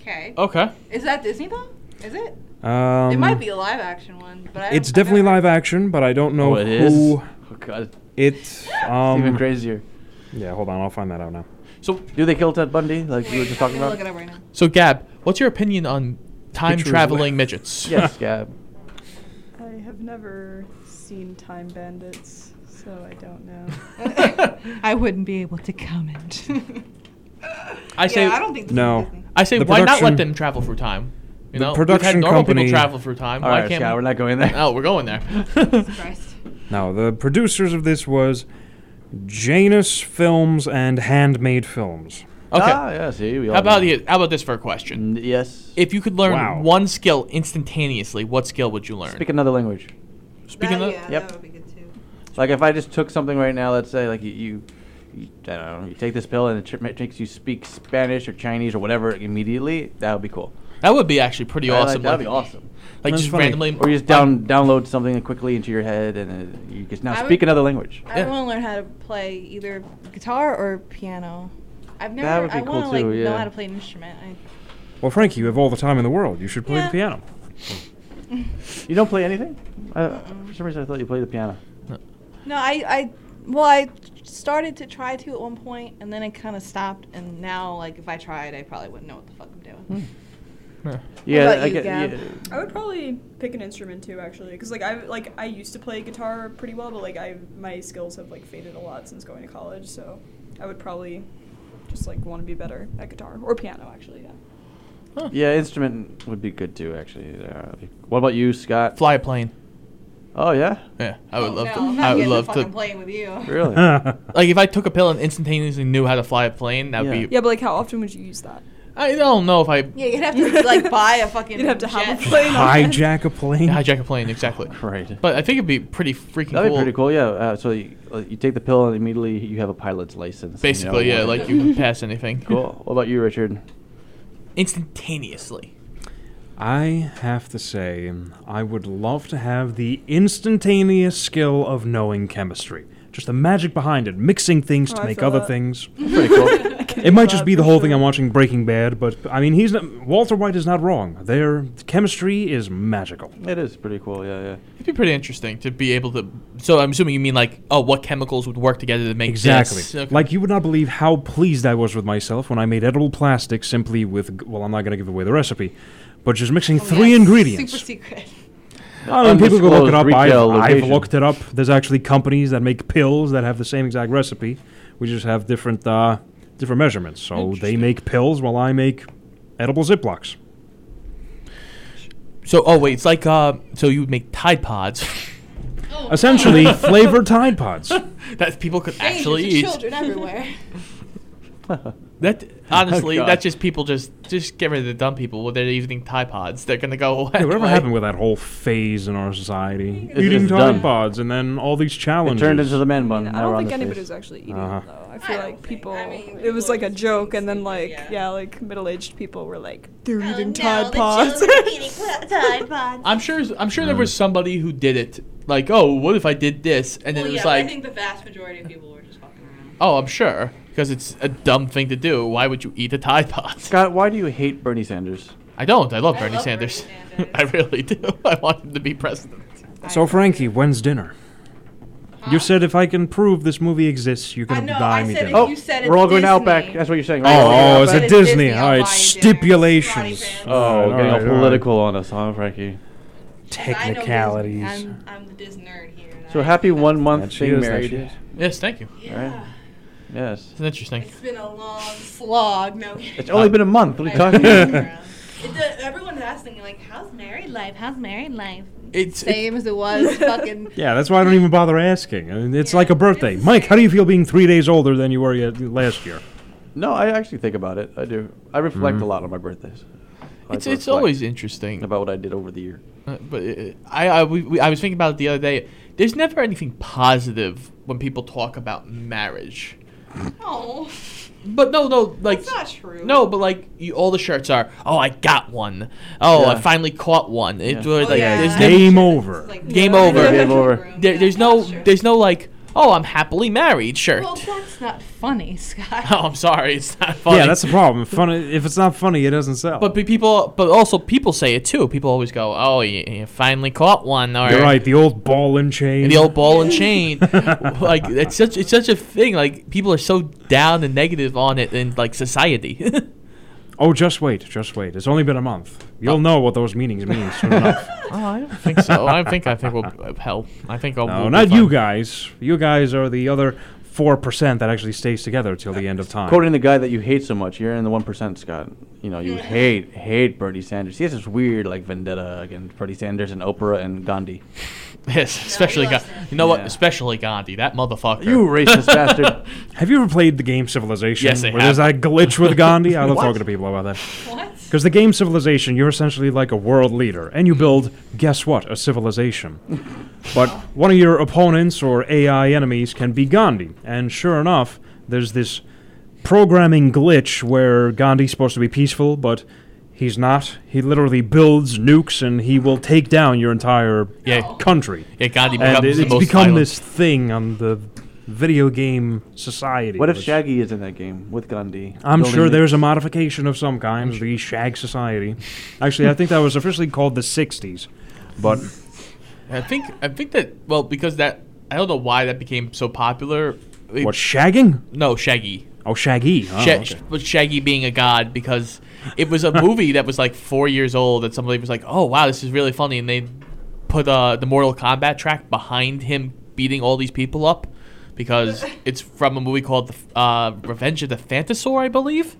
A: Okay.
C: Oh.
H: Okay.
A: Is that Disney though? Is it?
B: Um,
A: it might be a live action one, but I don't-
B: It's
A: I've
B: definitely
A: never-
B: live action, but I don't know
D: oh, it is.
B: who
D: Oh god, it's
B: it.
D: even
B: Um,
D: crazier.
B: yeah, hold on, I'll find that out now.
C: So
D: Do they kill Ted Bundy like we were just talking
A: I'm gonna look
D: about?
A: it up right now.
C: so Gab, what's your opinion on time
B: Pictures
C: traveling midgets?
D: Yes, Gab.
E: I have never seen Time Bandits, so I
A: (laughs)
E: don't know.
A: I wouldn't be able to (laughs) comment.
C: I say
A: yeah, I don't think this
B: No.
A: is Disney.
C: I say
B: The
C: why not
B: production-
C: let them travel through time? You
B: the
C: know,
B: production
C: We've had normal
B: company-
C: people travel through time.
D: All
C: why
D: right,
C: can't
D: Scott,
C: we? Oh,
D: we're not going there.
C: No, we're going there. (laughs)
A: Christ.
B: Now, the producers of this was Janus Films and Handmade Films.
C: Okay.
D: Ah, yeah. See, we all.
C: how about
D: know.
C: you? How about this for a question?
D: N- Yes.
C: If you could learn
B: Wow.
C: one skill instantaneously, what skill would you learn?
D: Speak another language.
C: Speaking
A: that,
C: of-
A: yeah,
D: Yep.
A: that would be good too.
D: Like if I just took something right now, let's say like you, you, you I don't know, you take this pill and it tr- makes you speak Spanish or Chinese or whatever immediately. That would be cool.
C: That would be actually pretty
D: I like-
C: awesome.
D: that'd
C: like-
D: be awesome.
C: Like
B: That's
C: just
B: funny.
C: randomly.
D: Or you just
C: um,
D: down download something quickly into your head, and uh, you just now
A: I would-
D: speak another language.
A: I want to learn how to play either guitar or piano. I've never.
D: would be
A: I
D: cool
A: want to like
D: too, yeah.
A: know how to play an instrument. I,
B: Well, Frankie, you have all the time in the world. You should play
A: Yeah.
B: the
E: (laughs)
B: piano. (laughs)
D: You don't play anything? Uh, for some reason, I thought you played the piano.
A: no, I, I. Well, I started to try to at one point, and then I kind of stopped. And now, like, if I tried, I probably wouldn't know what the fuck I'm doing.
D: Yeah,
A: about
D: I
A: you,
D: get-
A: Gab?
D: yeah.
E: I would probably pick an instrument too, actually, because like I like I used to play guitar pretty well, but like I my skills have like faded a lot since going to college, so I would probably just like want to be better at guitar or piano, actually. Yeah.
D: Yeah, instrument would be good too, actually. Uh, what about you, Scott?
C: fly a plane.
D: Oh yeah,
C: Yeah, I would love
A: Oh, no,
C: to.
A: I'm not
C: I would
A: getting to
C: love
A: fucking
C: to.
A: playing with you.
B: (laughs)
D: really?
C: Like if I took a pill and instantaneously knew how to fly a plane, that'd
D: Yeah.
C: be.
E: Yeah, but like how often would you use that?
C: I don't know if I
A: Yeah, you'd have to like buy a fucking.
E: You'd have to
A: jet.
E: have
A: (laughs)
E: a plane. on it.
B: Hijack a plane.
C: (laughs) hijack a plane exactly.
D: Right.
C: But I think it'd be pretty freaking
D: That'd
C: cool.
D: be pretty cool. Yeah. Uh, so you, uh, you take the pill and immediately you have a pilot's license. and you know
C: Basically, yeah,
D: what-
C: like you can pass anything.
D: Cool. What about you, Richard?
C: (laughs) Instantaneously.
B: I have to say, I would love to have the instantaneous skill of knowing chemistry. Just the magic behind it, mixing things
E: Oh,
B: to
E: I
B: make
E: feel
B: other
E: (laughs) that.
B: things.
D: Pretty cool.
E: getting
B: It might just
E: caught
B: be the
E: for
B: whole thing
E: sure.
B: I'm watching Breaking Bad, but I mean, he's not, Walter White is not wrong. Their chemistry is magical.
D: It is pretty cool. Yeah, yeah.
C: It'd be pretty interesting to be able to. So I'm assuming you mean like, oh, what chemicals would work together to make
B: Exactly.
C: this? Okay.
B: Like you would not believe how pleased I was with myself when I made edible plastic simply with g- well, I'm not going to give away the recipe, but just mixing
A: Oh,
B: three
A: yes,
B: ingredients.
A: Super secret.
B: I mean, people go look it up.
D: Undisclosed
B: I've,
D: retail
B: I've
D: location.
B: looked it up. There's actually companies that make pills that have the same exact recipe. We just have different uh, different measurements. So they make pills while I make edible Ziplocs.
C: so, oh wait, it's like, uh, so you would make
A: (laughs)
C: Tide Pods
B: Essentially, flavored Tide Pods.
C: that people could
A: Dangers
C: actually
A: of
C: eat.
A: children
C: (laughs)
A: everywhere.
C: That honestly,
D: Oh, God.
C: that's just people just just get rid of the dumb people. Well, they're eating Tide Pods. They're gonna go.
B: Yeah, whatever
C: away.
B: happened with that whole phase in our society?
D: It's-
B: Eating
D: it's
B: Tide
D: done.
B: Pods and then all these
D: It
B: challenges.
D: turned into the man
E: I,
D: bun.
E: mean, I
D: now we're
E: don't
D: on
E: think
D: the
E: anybody
D: face.
E: was actually eating
B: Uh-huh.
E: it though. I
A: I
E: feel
A: don't
E: like
A: think-
E: people.
A: I mean,
E: it was
A: people
E: like
A: are
E: a
A: just
E: joke,
A: being
E: and then
A: stupid,
E: like yeah,
A: yeah. Oh,
E: like middle-aged people were like, they're eating
A: no,
E: Tide
A: the
E: Pods.
A: children are eating cl- Tide Pods.
C: I'm sure. I'm sure there was somebody who did it. Like, oh, what if I did this? And
A: Well,
C: then it
A: yeah,
C: was
A: but
C: like,
A: I think the vast majority of people were just fucking around.
C: oh, I'm sure, because it's a dumb thing to do. Why would you eat a Tide Pod?
D: Scott, why do you hate Bernie Sanders?
C: I don't. I love
A: I
C: Bernie
A: love Bernie
C: Sanders.
A: Sanders.
C: (laughs) I really do. I want him to be president.
B: So, Frankie, when's dinner? You said if I can prove this movie exists, you're
A: I
B: gonna
A: know,
B: buy
A: I
B: me
A: said
B: dinner.
A: if
D: Oh,
A: you said
D: we're
A: it's
D: all going
A: Disney.
D: to Outback. That's what you're saying.
B: Oh,
D: Right? We're going
B: oh,
D: to
B: it's
A: But
B: a
D: Outback.
A: (laughs) it's
B: Disney.
A: Disney, I'll
B: all right,
A: buy you dinner.
B: stipulations.
A: Sorry, fans.
D: Oh,
B: All
D: getting
B: right, all
D: all
B: right.
D: political on us, huh, Frankie?
A: I know Disney.
B: Technicalities.
A: I'm, I'm the Disney nerd here. and
D: So
A: I-
D: happy one month
B: That she
D: being
B: is, that
D: married.
B: she
D: is.
B: is.
C: Yes, thank you.
A: Yeah.
D: Right. Yes.
C: It's interesting.
A: It's been a long slog.
B: (laughs)
A: No.
D: It's only been a month. What are you
A: I-
D: talking
A: it,
C: (laughs)
D: about?
A: uh, everyone's asking like, "How's married life? How's married life?"
C: It's it,
A: Same as it (laughs) was fucking
B: Yeah, that's why I don't even bother asking. I mean, it's
A: Yeah,
B: like a birthday.
A: it's-
B: Mike, how do you feel being three days older than you were yet last year?
D: No, I actually think about it. I do. I reflect a lot on my birthdays. I
C: Mm-hmm. it's,
D: reflect
C: it's always interesting.
D: about what I did over the year.
C: Uh, but uh, I I, we, we, I was thinking about it the other day. There's never anything positive when people talk about marriage.
A: oh,
C: But no, no, like
A: That's not true.
C: No, but like you, all the shirts are. Oh, I got one. Oh, I
D: Yeah.
C: finally caught one. It
D: Yeah.
C: was
A: Oh,
C: like
A: yeah.
C: there's,
A: They-
C: never,
B: Game over.
A: like,
C: Game
A: no,
C: (laughs) over.
D: Game over. (laughs)
C: there, there's no there's no like oh I'm happily married shirt. (laughs)
A: Well, that's not funny, Scott.
C: oh, I'm sorry, it's not funny.
B: Yeah, that's the problem. Fun, if it's not funny, it doesn't sell.
C: But pe- people, but also people say it too. People always go, "Oh, you, you finally caught one," or
B: You're right. The old ball and chain.
C: the old ball and
B: (laughs)
C: chain. like it's such it's such a thing. Like people are so down and negative on it in like society. (laughs)
B: oh, just wait, just wait. It's only been a month. You'll know what those meetings mean (laughs) soon enough.
C: Oh, I don't think so. I think I think we'll uh, help. I think I'll.
B: No, not you guys. You guys are the other four percent that actually stays together till the end of time.
D: Quoting the guy that you hate so much, you're in the one percent, Scott. You know, you hate hate Bernie Sanders. He has this weird like vendetta against Bernie Sanders and Oprah and Gandhi.
C: (laughs) Yes, especially
A: loves
C: Gandhi. You know what?
D: Yeah.
C: Especially Gandhi, that motherfucker.
D: You
C: (laughs)
D: racist bastard.
B: Have you ever played the game Civilization?
C: Yes, I
B: where there's
C: have.
B: that glitch with Gandhi. I love
D: What?
B: talking to people about that.
A: What?
B: Because the game Civilization, you're essentially like a world leader, and you build, guess what, a civilization. but one of your opponents or AI enemies can be Gandhi, and sure enough, there's this programming glitch where Gandhi's supposed to be peaceful, but he's not. He literally builds nukes, and he will take down your entire
C: Yeah.
B: country.
C: yeah, Gandhi
B: And
C: becomes
B: it,
C: the
B: it's
C: most
B: become
C: violent-
B: this thing on the video game society.
D: What if
B: which-
D: Shaggy is in that game with Gandhi?
B: I'm
D: building
B: sure
D: the-
B: there's a modification of some kind, the Shag Society. Actually, I think that was officially called the 60s. But
C: I think I think that well because that I don't know why that became so popular. It-
B: what, shagging?
C: No, Shaggy.
B: Oh, Shaggy. Oh,
C: Sha-
B: okay.
C: But Shaggy being a god because it was
B: (laughs)
C: a movie that was like four years old that somebody was like, "Oh wow, this is really funny," and they put uh, the Mortal Kombat track behind him beating all these people up
A: (laughs)
C: because it's from a movie called the, F- uh, Revenge of the Phantasaur, I believe.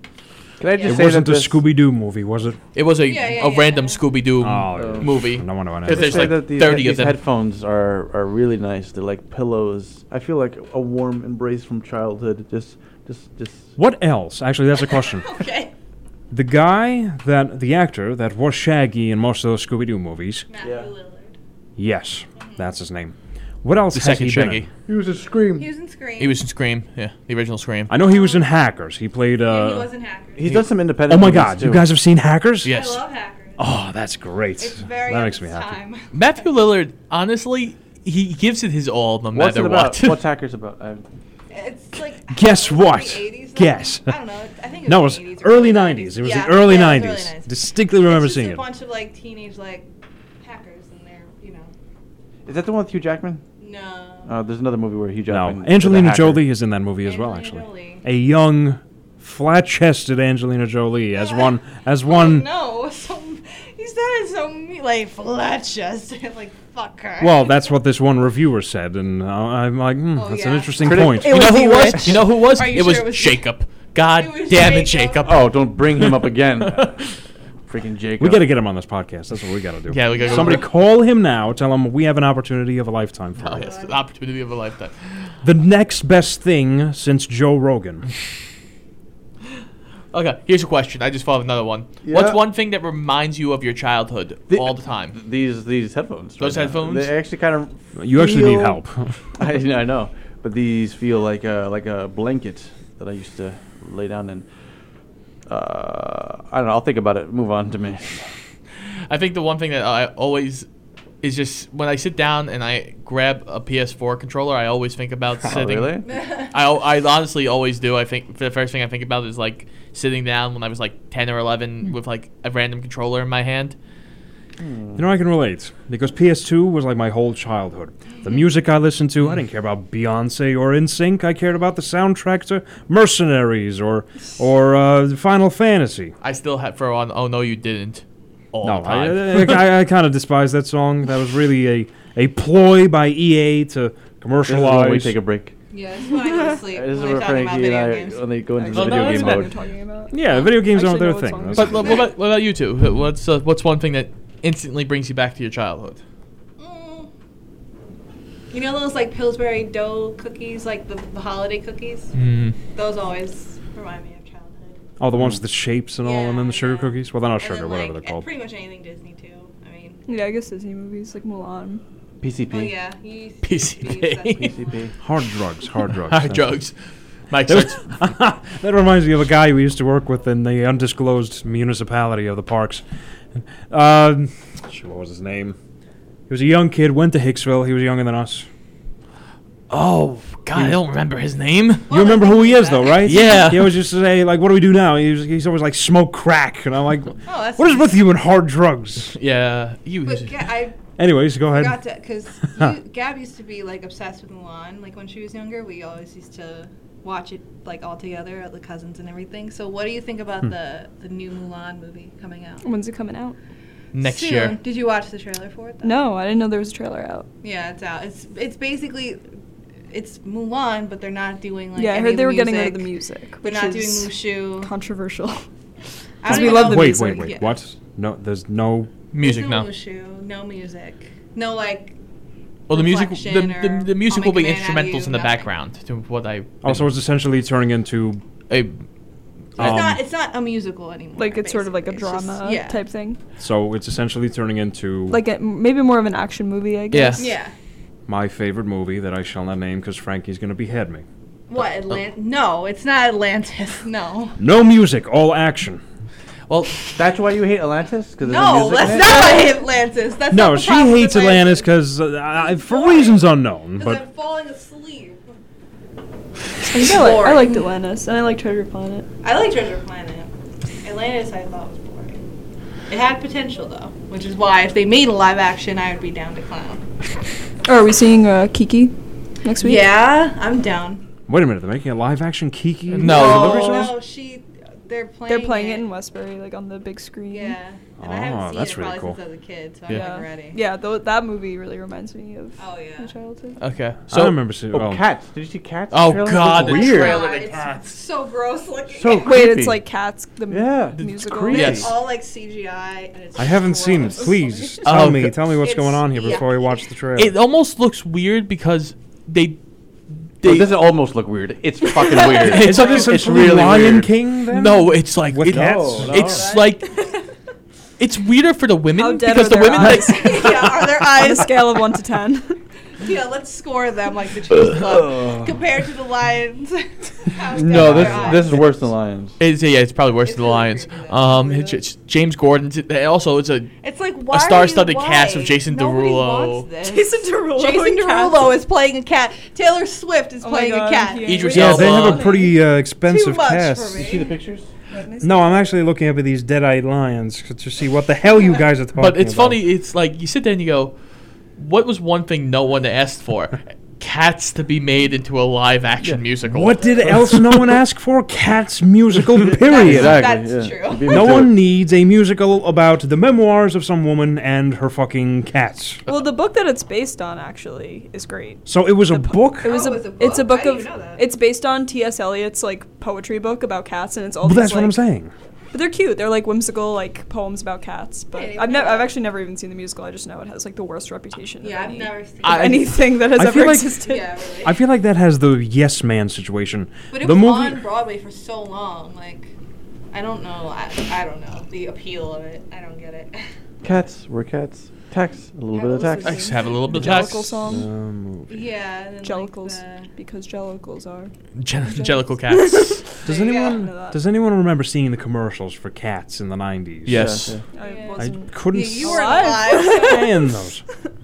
D: Can I just
B: It
D: say
B: wasn't
D: that
B: a
D: this,
B: Scooby Doo movie, was it?
C: It was a,
A: Yeah, yeah,
C: a
A: yeah.
C: random Scooby Doo
B: Oh,
C: Mm. Uh, movie.
B: No wonder why
C: If there's
D: say
C: like
D: that these,
C: 30 of
D: these
C: them.
D: headphones are are really nice. They're like pillows. I feel like a warm embrace from childhood. Just just just.
B: What else? Actually, that's a question.
A: Okay.
B: the guy that, the actor that was Shaggy in most of those Scooby Doo movies,
A: Matthew
D: Yeah.
A: Lillard.
B: yes, that's his name. What else
C: the
B: has
C: second
B: he been in?
C: Shaggy.
D: He was a scream.
A: He was in Scream.
C: He was in Scream. Yeah, the original Scream.
B: I know he was in Hackers. He played.
A: And he
B: Uh,
A: was in Hackers.
D: He's done some
B: oh
D: independent.
B: my
D: movies,
B: God! You
D: too.
B: guys have seen Hackers?
A: I
C: yes.
A: love Hackers.
B: Oh, that's great.
A: it's very
B: that
A: of
B: makes me
A: its
B: happy.
A: time.
C: Matthew Lillard, honestly, he gives it his all no
D: What's it
C: matter
D: about?
C: what. (laughs)
D: What's Hackers about? Uh, I-
A: It's like
B: (laughs) Guess
A: I don't know,
B: what?
A: the 80s, though?
B: Guess.
A: I don't know. I think it was
B: No, it
A: was
B: was early 90s. It was the early 90s. Distinctly remember
A: it's just
B: seeing
A: a
B: it.
A: bunch of like teenage like hackers and they're you know
D: Is that the one with Hugh Jackman?
A: no.
D: Uh, there's another movie where Hugh Jackman.
B: No,
D: is a
B: Angelina
D: hacker.
B: Jolie is in that movie as well,
A: Angelina
B: actually.
A: Jolie.
B: A young, flat-chested Angelina Jolie as one as
A: Oh,
B: one.
A: no, (laughs) so he said it so me- like (laughs) Fletchus. like fuck her.
B: Well, that's what this one reviewer said, and uh, I'm like, hmm,
A: Oh,
B: that's an
A: yeah.
B: interesting
D: Critic-
B: point.
E: It
C: You know
E: was
C: who
E: the
C: was?
E: rich.
C: You know who was?
A: Are you
C: It was
A: sure it was-
C: Jacob. God
A: It was
C: damn it,
A: Jacob.
C: Jacob.
D: Oh, don't bring him
B: (laughs)
D: up again. Freaking Jacob.
B: We got to get him on this podcast. That's what we got to do.
C: Yeah, we gotta go
B: Somebody
C: over it.
B: call him now. Tell him we have an opportunity of a lifetime for
C: Oh,
B: you.
C: yes, the opportunity of a lifetime.
B: The next best thing since Joe Rogan.
C: Okay, here's a question. I just thought of another one. What's
D: Yeah.
C: one thing that reminds you of your childhood all the time?
D: These these headphones.
C: Those
D: now,
C: headphones?
D: They actually kind of.
B: You actually need
D: feel-
B: help. (laughs)
D: (laughs) I, know- I know, but these feel like a like a blanket that I used to lay down in. Uh, I don't know. I'll think about it. Move on
C: (laughs)
D: to me.
C: I think the one thing that I always is just when I sit down and I grab a PS4 controller, I always think about
D: (laughs) Oh,
C: sitting.
D: really?
C: I, al- I honestly always do. I think the first thing I think about is like sitting down when I was like 10 or 11 with like a random controller in my hand.
B: You know, I can relate because PS2 was like my whole childhood. The music I listened to, I didn't care about Beyonce or NSYNC. I cared about the soundtrack to Mercenaries or or uh, Final Fantasy.
C: I still have for on. Oh no, you didn't. All
B: No,
C: the time.
B: I, I, I kind of despise that song. That was really a, a ploy by EA to
D: This is when we
B: commercialize.
D: take a break.
A: yeah, this is when I (laughs) go to sleep.
D: This is
A: when
D: where
A: I talk about
D: Frankie and
A: video
D: I
A: games.
D: when they go into
C: Well,
D: the
C: Oh, no,
D: video
C: it's
D: game
C: not-
D: mode.
B: yeah, video games aren't
E: Actually,
B: their
E: no, it's
B: thing.
E: on
B: That's-
E: the-
C: (laughs) But what, what about, what about you two? Wh- What's uh, what's one thing that instantly brings you back to your childhood?
A: Mm. You know those like Pillsbury dough cookies, like the, the holiday cookies.
B: Mm.
C: Hmm.
A: Those always remind me of childhood.
B: oh, the ones with the shapes and all, and then the sugar
A: Yeah.
B: cookies. Well, they're not
A: And
B: sugar,
A: then,
B: whatever
A: like,
B: they're called. Mm.
A: Pretty much anything Disney too. I mean,
E: Yeah, I guess Disney movies like Mulan.
D: PCP.
A: oh yeah, you used to
C: PCP.
A: be obsessed with
D: PCP.
B: Hard drugs, hard
D: (laughs)
B: drugs.
C: Hard
B: that's it.
C: (laughs) drugs. Mike
B: That,
C: starts-
B: was- (laughs) that reminds me of a guy we used to work with in the undisclosed municipality of the parks. Um, shoot, what was his name? He was a young kid, went to Hicksville. He was younger than us.
C: Oh God, I don't remember his name.
B: You remember who he is, though, right?
C: Yeah.
B: He always used to say, like, what do we do now? He was, he's always like, smoke crack. And
A: (laughs)
B: I'm like,
A: Oh, that's
B: what is
A: nice.
B: with you and hard drugs?
C: Yeah, you.
A: But Ga- I
B: Anyways, go ahead.
A: forgot to because Gab used to be like obsessed with Mulan. Like when she was younger, we always used to watch it like all together, the cousins and everything. So, what do you think about the the new Mulan movie coming out
E: When's it coming out?
C: next
A: Soon.
C: year.
A: Did you watch the trailer for it? Though?
E: No, I didn't know there was a trailer out.
A: Yeah, it's out. It's it's basically it's Mulan, but they're not doing like
E: yeah, I
A: any
E: heard they were
A: music.
E: getting rid of the music.
A: They're
E: which
A: not doing
E: is
A: Mushu.
E: controversial.
A: I don't
E: we
A: even
E: love
A: know-
E: the
B: wait,
E: music.
B: wait, wait.
A: Yeah.
B: What? No, there's no.
C: Music
A: no
C: now.
A: Mushu, no music, no like.
C: Well, the music, the,
A: reflection
C: the,
A: or
C: the music
A: I'll
C: will
A: make
C: be
A: a man out of
C: instrumentals
A: you,
C: in the
A: nothing.
C: background to what I.
B: Also, Oh, it's essentially turning into.
C: a,
A: It's
B: um,
A: not. It's not a musical anymore.
E: (laughs) like it's sort of like a
A: basically. It's
E: drama
A: just- yeah.
E: type thing.
B: so it's essentially turning into.
E: Like a, maybe more of an action movie, I guess.
A: Yeah.
B: my favorite movie that I shall not name because Frankie's going to behead me.
A: What Atlantis? No, it's not Atlantis. (laughs) No.
B: No music, all action.
C: well,
D: That's why you hate Atlantis? Because
A: No,
D: music
A: that's
D: in it?
A: not (laughs) why I hate Atlantis. That's not
B: No,
A: the
B: she
A: problem with
B: hates Atlantis because uh, I- for
A: Boring.
B: reasons unknown.
A: 'Cause
B: But
A: I'm falling asleep.
E: I, think I like, I
A: Boring.
E: liked Atlantis and I like Treasure Planet.
A: I like Treasure Planet. Atlantis, I thought was boring. It had potential though, which is why if they made a live action, I would be down to clown.
E: Oh, are we seeing uh, Kiki next week?
A: Yeah, I'm down.
B: wait a minute, they're making a live action Kiki?
C: No.
B: Delivery
A: no,
B: service?
A: no, she. They're playing.
E: They're playing it in Westbury, like on the big screen.
A: Yeah, and I
B: Oh,
A: haven't seen
B: that's
A: it
B: really
A: probably
B: cool.
A: since I was a kid, so
E: Yeah.
A: I'm like ready.
E: Yeah, tho- that movie really reminds me of
A: Oh yeah.
E: my childhood.
C: okay.
B: I
C: So
B: don't remember seeing.
D: Oh,
B: well,
D: cats. Did you see cats?
C: Oh,
D: trailer?
C: God,
D: It's
C: the
D: weird.
C: trailer.
A: God,
C: to
A: it's
C: cats.
A: so gross looking. (laughs)
D: So
A: It's
E: Wait,
D: creepy.
E: it's like Cats, the m-
D: Yeah, it's
E: musical.
D: creepy.
C: Yes.
A: all like CGI. And it's
B: I haven't seen it.
A: gross.
B: Please tell
C: Oh,
B: me,
C: okay.
B: tell me what's
A: It's-
B: going on here before I
A: yeah.
B: watch the trailer.
C: it almost looks weird because they.
D: Oh,
C: they (laughs)
D: it doesn't almost look weird. It's fucking weird.
C: It's
B: like
C: it's
B: essentially Lion King. Then
C: no, it's like
B: with
C: it-
B: cats.
D: no.
C: It's like it's weirder for the women
E: How dead
C: because
E: are
C: the
E: their
C: women
E: eyes?
A: (laughs)
C: like,
A: yeah, are their
E: On a
A: eyes?
E: scale of one to ten.
A: you know, let's score them like the Cheese Club compared to the Lions. (laughs) House down
D: No, this
A: their
D: this
A: eyes.
D: is worse than Lions.
C: (laughs) It's, yeah, it's probably worse
A: It's
C: than the
A: really
C: Lions.
A: creepy, though.
C: Um, it's, it's James Gordon. And also, it's a
A: It's like why are you-
C: star-studded cast of
A: why?
C: Jason
A: Nobody
C: Derulo.
A: wants this.
E: Jason Derulo.
A: (laughs) Jason
E: and cats.
A: Derulo is playing a cat. Taylor Swift is
E: Oh my
A: playing
E: God,
A: a cat.
E: yeah.
C: Idris
B: Yeah,
C: Elba.
B: they have a pretty uh,
A: Too
B: expensive
A: much
B: cast.
A: for
D: You
A: me.
D: see the pictures?
B: No, I'm actually looking up at these dead-eyed lions to see what the hell you guys are talking about.
C: But it's funny. It's like you sit there and you go, "What was one thing no one asked for? Cats to be made into a live action musical."
B: What did else no one ask for? Cats musical, period.
A: Exactly. That's true.
D: You beat me
B: No
D: to it.
B: one needs a musical about the memoirs of some woman and her fucking cats.
E: Well, the book that it's based on actually is great.
B: So it was a book.
E: It was
A: Oh,
E: a,
A: it's a
E: it's a
A: book?
E: book
A: I didn't
E: of
A: know that.
E: it's based on T.S. Eliot's like poetry book about cats and it's all
B: Well,
E: these,
B: that's what I'm
E: like-
B: saying.
E: But they're cute. They're like whimsical like poems about cats.
A: I
E: But
A: didn't
E: I've
A: know
E: never
A: that.
E: I've actually never even seen the musical. I just know it has like the worst reputation.
A: Yeah,
E: of
A: I've
E: any,
A: never seen.
E: of anything that has
B: I feel
E: ever
B: like-
C: (laughs)
E: existed.
A: yeah, really.
B: I feel like that has the yes man situation.
A: but it
B: the
A: was
B: movie.
A: on Broadway for so long. Like, I don't know. I, I don't know the appeal of it. I don't get it. (laughs)
D: Cats. We're cats. Tax. A little
A: Yeah,
D: bit
A: but
D: of
A: what's
D: tax.
A: the
C: I just have a little bit of
E: Jellicle
C: text.
E: song.
B: Uh,
E: Um,
B: movie.
A: yeah. And then,
E: Jellicles,
A: Like
E: because Jellicles are.
C: Gen- Jellicle cats.
B: (laughs) Does
A: There you go.
B: anyone
E: Know that.
B: does anyone remember seeing the commercials for cats in the 90s?
C: yes.
E: I
A: Yeah.
B: I
E: wasn't.
A: the,
B: couldn't
A: yeah, you were
E: Alive.
A: alive.
E: (laughs)
B: stand those.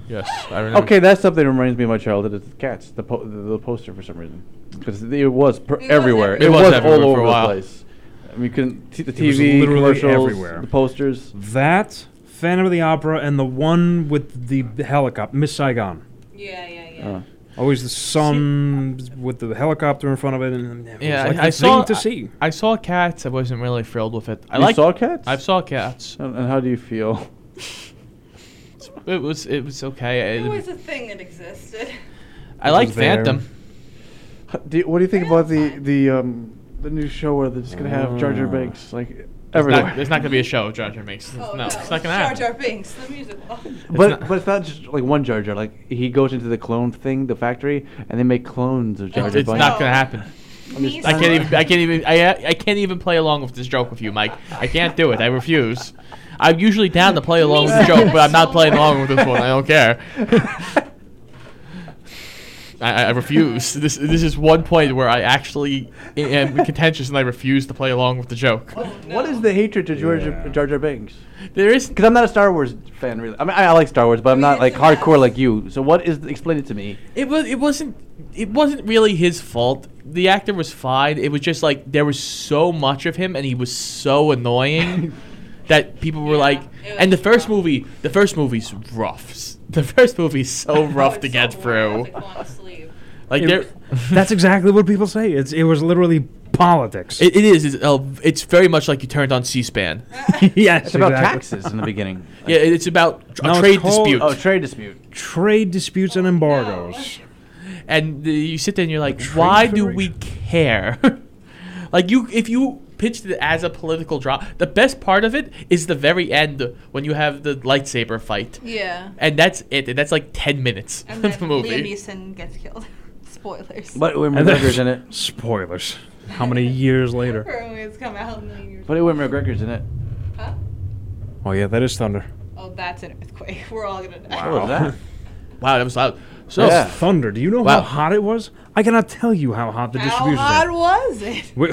C: Yes. I remember.
D: Okay, that's something that reminds me of my childhood. It's cats. The po- the, the poster for some reason because it was per-
A: was
D: everywhere.
A: everywhere. It
C: was
D: was,
C: everywhere
D: all
C: for
D: over
C: a while.
D: the place. I mean, you couldn't see the
B: It was
D: TV
B: literally
D: commercials,
B: everywhere.
D: the posters.
B: That Phantom of the Opera and the one with the helicopter, Miss Saigon.
A: yeah, yeah, yeah.
D: Uh,
B: Always the sun with the helicopter in front of it, and it was
C: Yeah,
B: like
C: I,
B: the
C: I saw.
B: thing to see.
C: I, I saw cats. I wasn't really thrilled with it. I
D: you
C: like.
D: saw Oh. cats.
C: I saw cats.
D: And, and how do you feel?
C: It was. It was okay.
A: It
C: I,
A: was a thing that existed.
C: I like
B: was there.
C: Phantom.
D: H- (laughs) Do you, what do you think
A: Yeah,
D: about the
A: fine.
D: the um, the new show where they're just gonna have Jar Jar
B: Mm.
D: Binks like
C: It's
D: everywhere?
C: not, there's not gonna be a show. Jar Jar makes. (laughs) no, it's not gonna
A: Jar
C: happen.
A: Oh, Jar Binks, the Oh. musical.
D: but
C: not-
D: but it's not just like one Jar Jar. Like he goes into the clone thing, the factory, and they make clones of Jar
C: It's
D: Jar
C: it's
D: Binks. (laughs)
C: not gonna happen.
A: Me
C: I can't
A: too.
C: even. I can't even. I I can't even play along with this joke with you, Mike. I can't do it. I refuse. I'm usually down to play along
A: (laughs)
C: with the joke, but I'm not playing along with this one. I don't care. I, I- I refuse. This this is one point where I actually i- am contentious and I refuse to play along with the joke.
D: What is the hatred to George
B: Yeah.
D: Jar Jar Binks?
C: There is
D: Because I'm not a Star Wars fan, really. I mean, I, I like Star Wars, but I'm
A: mean,
D: not like
A: it's a-
D: hardcore like you. So what is? Explain it to me.
C: It was. It wasn't. It wasn't really his fault. The actor was fine. It was just like there was so much of him, and he was
A: (laughs)
C: so annoying that people were
A: Yeah,
C: like.
A: it
C: And the
A: was
C: first
A: rough.
C: movie, the first movie's rough. S- The first movie's
A: (laughs)
C: so
A: Oh,
C: rough to
A: it's
C: get
A: so boring. I (laughs)
C: through.
A: was like, "Wanna sleep."
C: Like
B: It-
C: there,
B: That's exactly what people say. It's it was literally politics.
C: it, it is. It's, uh, it's very much like you turned on C-SPAN.
B: (laughs) yes,
D: It's about
B: exactly.
D: taxes in the beginning.
C: yeah, it's about a
B: No, it's
C: trade
B: called-
C: dispute,
D: Oh, trade dispute.
B: Trade disputes and embargoes.
C: and the, you sit there and you're like,
B: trade
C: why do we
B: federation.
C: care? (laughs) like you, if you pitched it as a political drama, the best part of it is the very end when you have the lightsaber fight.
A: Yeah.
C: And that's it. And that's like ten minutes
A: And
C: of
A: then
C: (laughs) the movie.
A: Liam Neeson gets killed. (laughs) Spoilers.
D: But Ewan
B: And then-
D: McGregor's in it.
B: (laughs) Spoilers. How many years
A: (laughs)
B: later?
A: Her movie has come out in the years.
D: But Ewan McGregor's in it.
A: Huh?
B: Oh yeah, that is thunder.
A: Oh, that's an earthquake. (laughs) We're all gonna die.
D: What
A: (laughs)
D: was that?
C: Wow, that was loud. So
D: Yeah.
B: Thunder. Do you know
C: Wow.
B: how hot it was? I cannot tell you how hot the
A: How
B: distribution.
A: hard was
B: (laughs)
A: it?
B: We,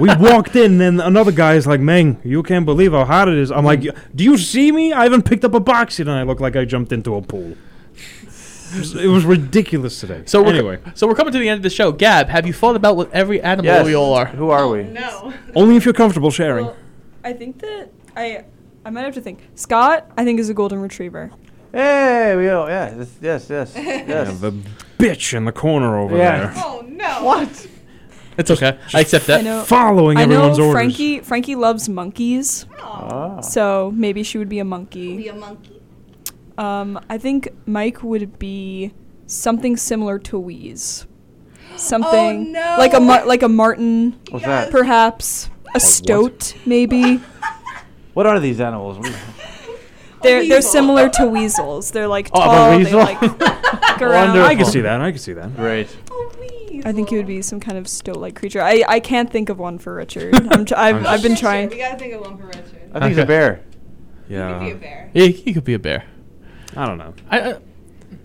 B: we walked in, and another guy is like, "Meng, you can't believe how hot it is." I'm like, "Do you see me? I haven't picked up a box yet, and I look like I jumped into a pool." (laughs) It was, it was ridiculous today.
C: so we're
B: anyway,
C: so we're coming to the end of the show. Gab, have you thought about what every animal
D: Yes.
C: we all are?
D: Who are we?
E: Oh,
A: No. (laughs)
B: only if you're comfortable sharing.
E: Well, I think that I I might have to think. Scott, I think is a golden retriever.
D: Hey, we all, yeah, this, yes,
E: (laughs)
D: yes, yes.
B: the bitch in the corner over
D: Yeah.
B: there,
A: Oh no.
D: what?
C: It's okay.
I: (laughs)
C: I accept
E: I
C: that.
E: know.
B: following
E: I know
B: everyone's orders.
E: Frankie. Frankie loves monkeys,
A: Oh,
D: Ah.
E: so maybe she would be a monkey.
A: be a monkey.
E: Um, I think Mike would be something similar to Wheeze. Something
A: Oh, no.
E: like a mar- like a Martin,
D: What's that?
E: perhaps a stoat, maybe.
D: What are
E: (laughs)
D: these animals? We-
E: They're they're
A: weasel.
E: similar to weasels. They're like
D: Oh, I'm a
E: tall. They
D: weasel?
E: like
D: (laughs)
E: walk around.
D: Wonderful.
B: I can see that. I can see that.
D: Great.
A: Oh, please.
E: I think he would be some kind of stoat-like creature. I, I can't think of one for Richard. I'm tr- I've, I've been
A: We
E: trying.
A: gotta think of one for Richard.
D: I think he's a
C: Okay.
D: bear.
A: He could be a
B: Yeah,
A: bear.
C: Yeah, he could be a bear.
B: I don't know.
C: I, I,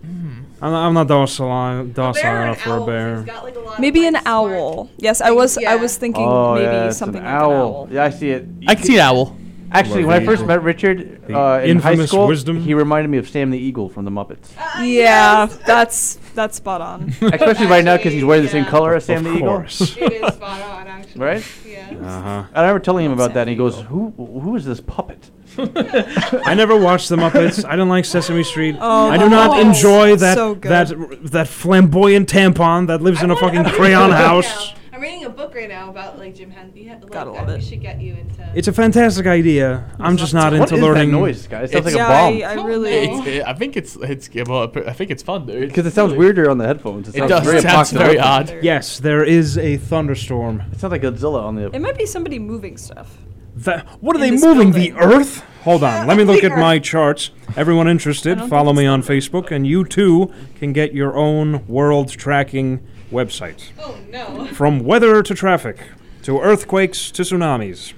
B: I'm not, I'm not docile, docile
A: bear and
B: enough for a
A: owls,
B: bear.
A: He's got, like, a lot of,
E: Maybe an
A: like, smart-
E: owl. Yes, I was. I
A: Yeah.
E: was thinking
D: Oh,
E: maybe
D: yeah, it's
E: something
D: an
E: like
D: owl.
E: an owl.
D: Yeah, I see it.
I: I can see an owl.
D: Actually,
B: Love
D: when I
B: the
D: first
B: eagle.
D: met Richard
B: The
D: uh, in high
B: infamous
D: school,
B: wisdom.
D: he reminded me of Sam the Eagle from
E: (laughs)
D: the Muppets.
A: Ah,
E: Yeah,
A: yes.
E: that's that's spot
D: (laughs)
E: on.
D: Especially right now because he's wearing the same
A: Yeah.
D: color as Sam
B: of
D: the Eagle.
B: course.
A: it
E: (laughs)
A: is spot on, actually.
D: Right?
A: Yeah.
B: uh-huh.
D: I remember telling him about
E: Sam
D: that, and he
E: the
D: goes, "Who? Who is this puppet?"
B: I never watched the Muppets. I didn't like Sesame Street.
E: Oh,
B: I do not
E: oh,
B: enjoy that
E: so good.
B: that that flamboyant tampon that lives in a
A: I want-
B: fucking
A: I'm reading (laughs)
B: crayon
A: book
B: house.
A: now. I'm reading a book right now about like Jim Henson. Like,
E: Gotta
A: I
E: love
A: think
E: it.
A: We should get you into.
B: It's a fantastic idea. I'm just not
D: What
B: into
D: is that
B: learning
D: noise, guys? It sounds like
I: It's-
E: yeah,
D: a
E: I,
D: bomb.
E: I
A: Don't
E: really.
A: know.
I: It's, I think it's it's well, I think it's fun, dude.
D: Because it sounds weirder on the headphones.
I: It
D: sounds
I: does.
D: Very
I: It sounds very
D: apocalyptic.
I: odd.
B: Yes, there is a thunderstorm.
D: It sounds like Godzilla on
E: It
D: the.
E: might be somebody moving stuff.
B: That, what are
E: In
B: they
E: this
B: moving? The
E: building.
B: Earth? Hold on. Let me look at my charts. Everyone
E: I
B: interested,
E: don't
B: follow
E: think
B: me
E: it's
B: on Facebook, and you too can get your own world tracking website.
A: Oh no!
B: From weather to traffic, to earthquakes to tsunamis.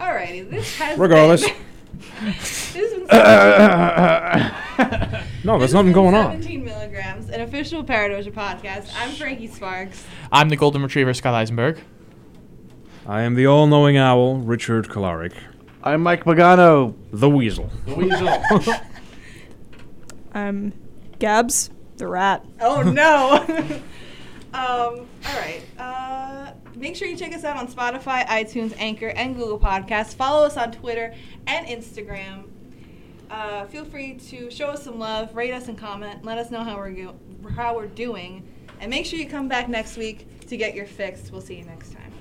A: Alrighty, this has.
B: Regardless,
A: Been, (laughs) this has
B: (laughs)
A: been seven-
B: no,
I: (laughs)
A: this
B: Oh, there's
A: has
B: nothing
A: been
B: going on.
A: 17 milligrams, an official Paradoja podcast. I'm Frankie Sparks.
I: I'm the golden retriever, Scott Eisenberg.
B: I am the all knowing owl, Richard Kolarik,
D: I'm Mike Pagano.
B: the weasel.
E: Um, Gabs the rat.
A: Oh no! (laughs) um, all right. Uh, make sure you check us out on Spotify, iTunes, Anchor, and Google Podcasts. Follow us on Twitter and Instagram. Uh, feel free to show us some love, rate us, and comment. Let us know how we're go- how we're doing, and make sure you come back next week to get your fix. We'll see you next time.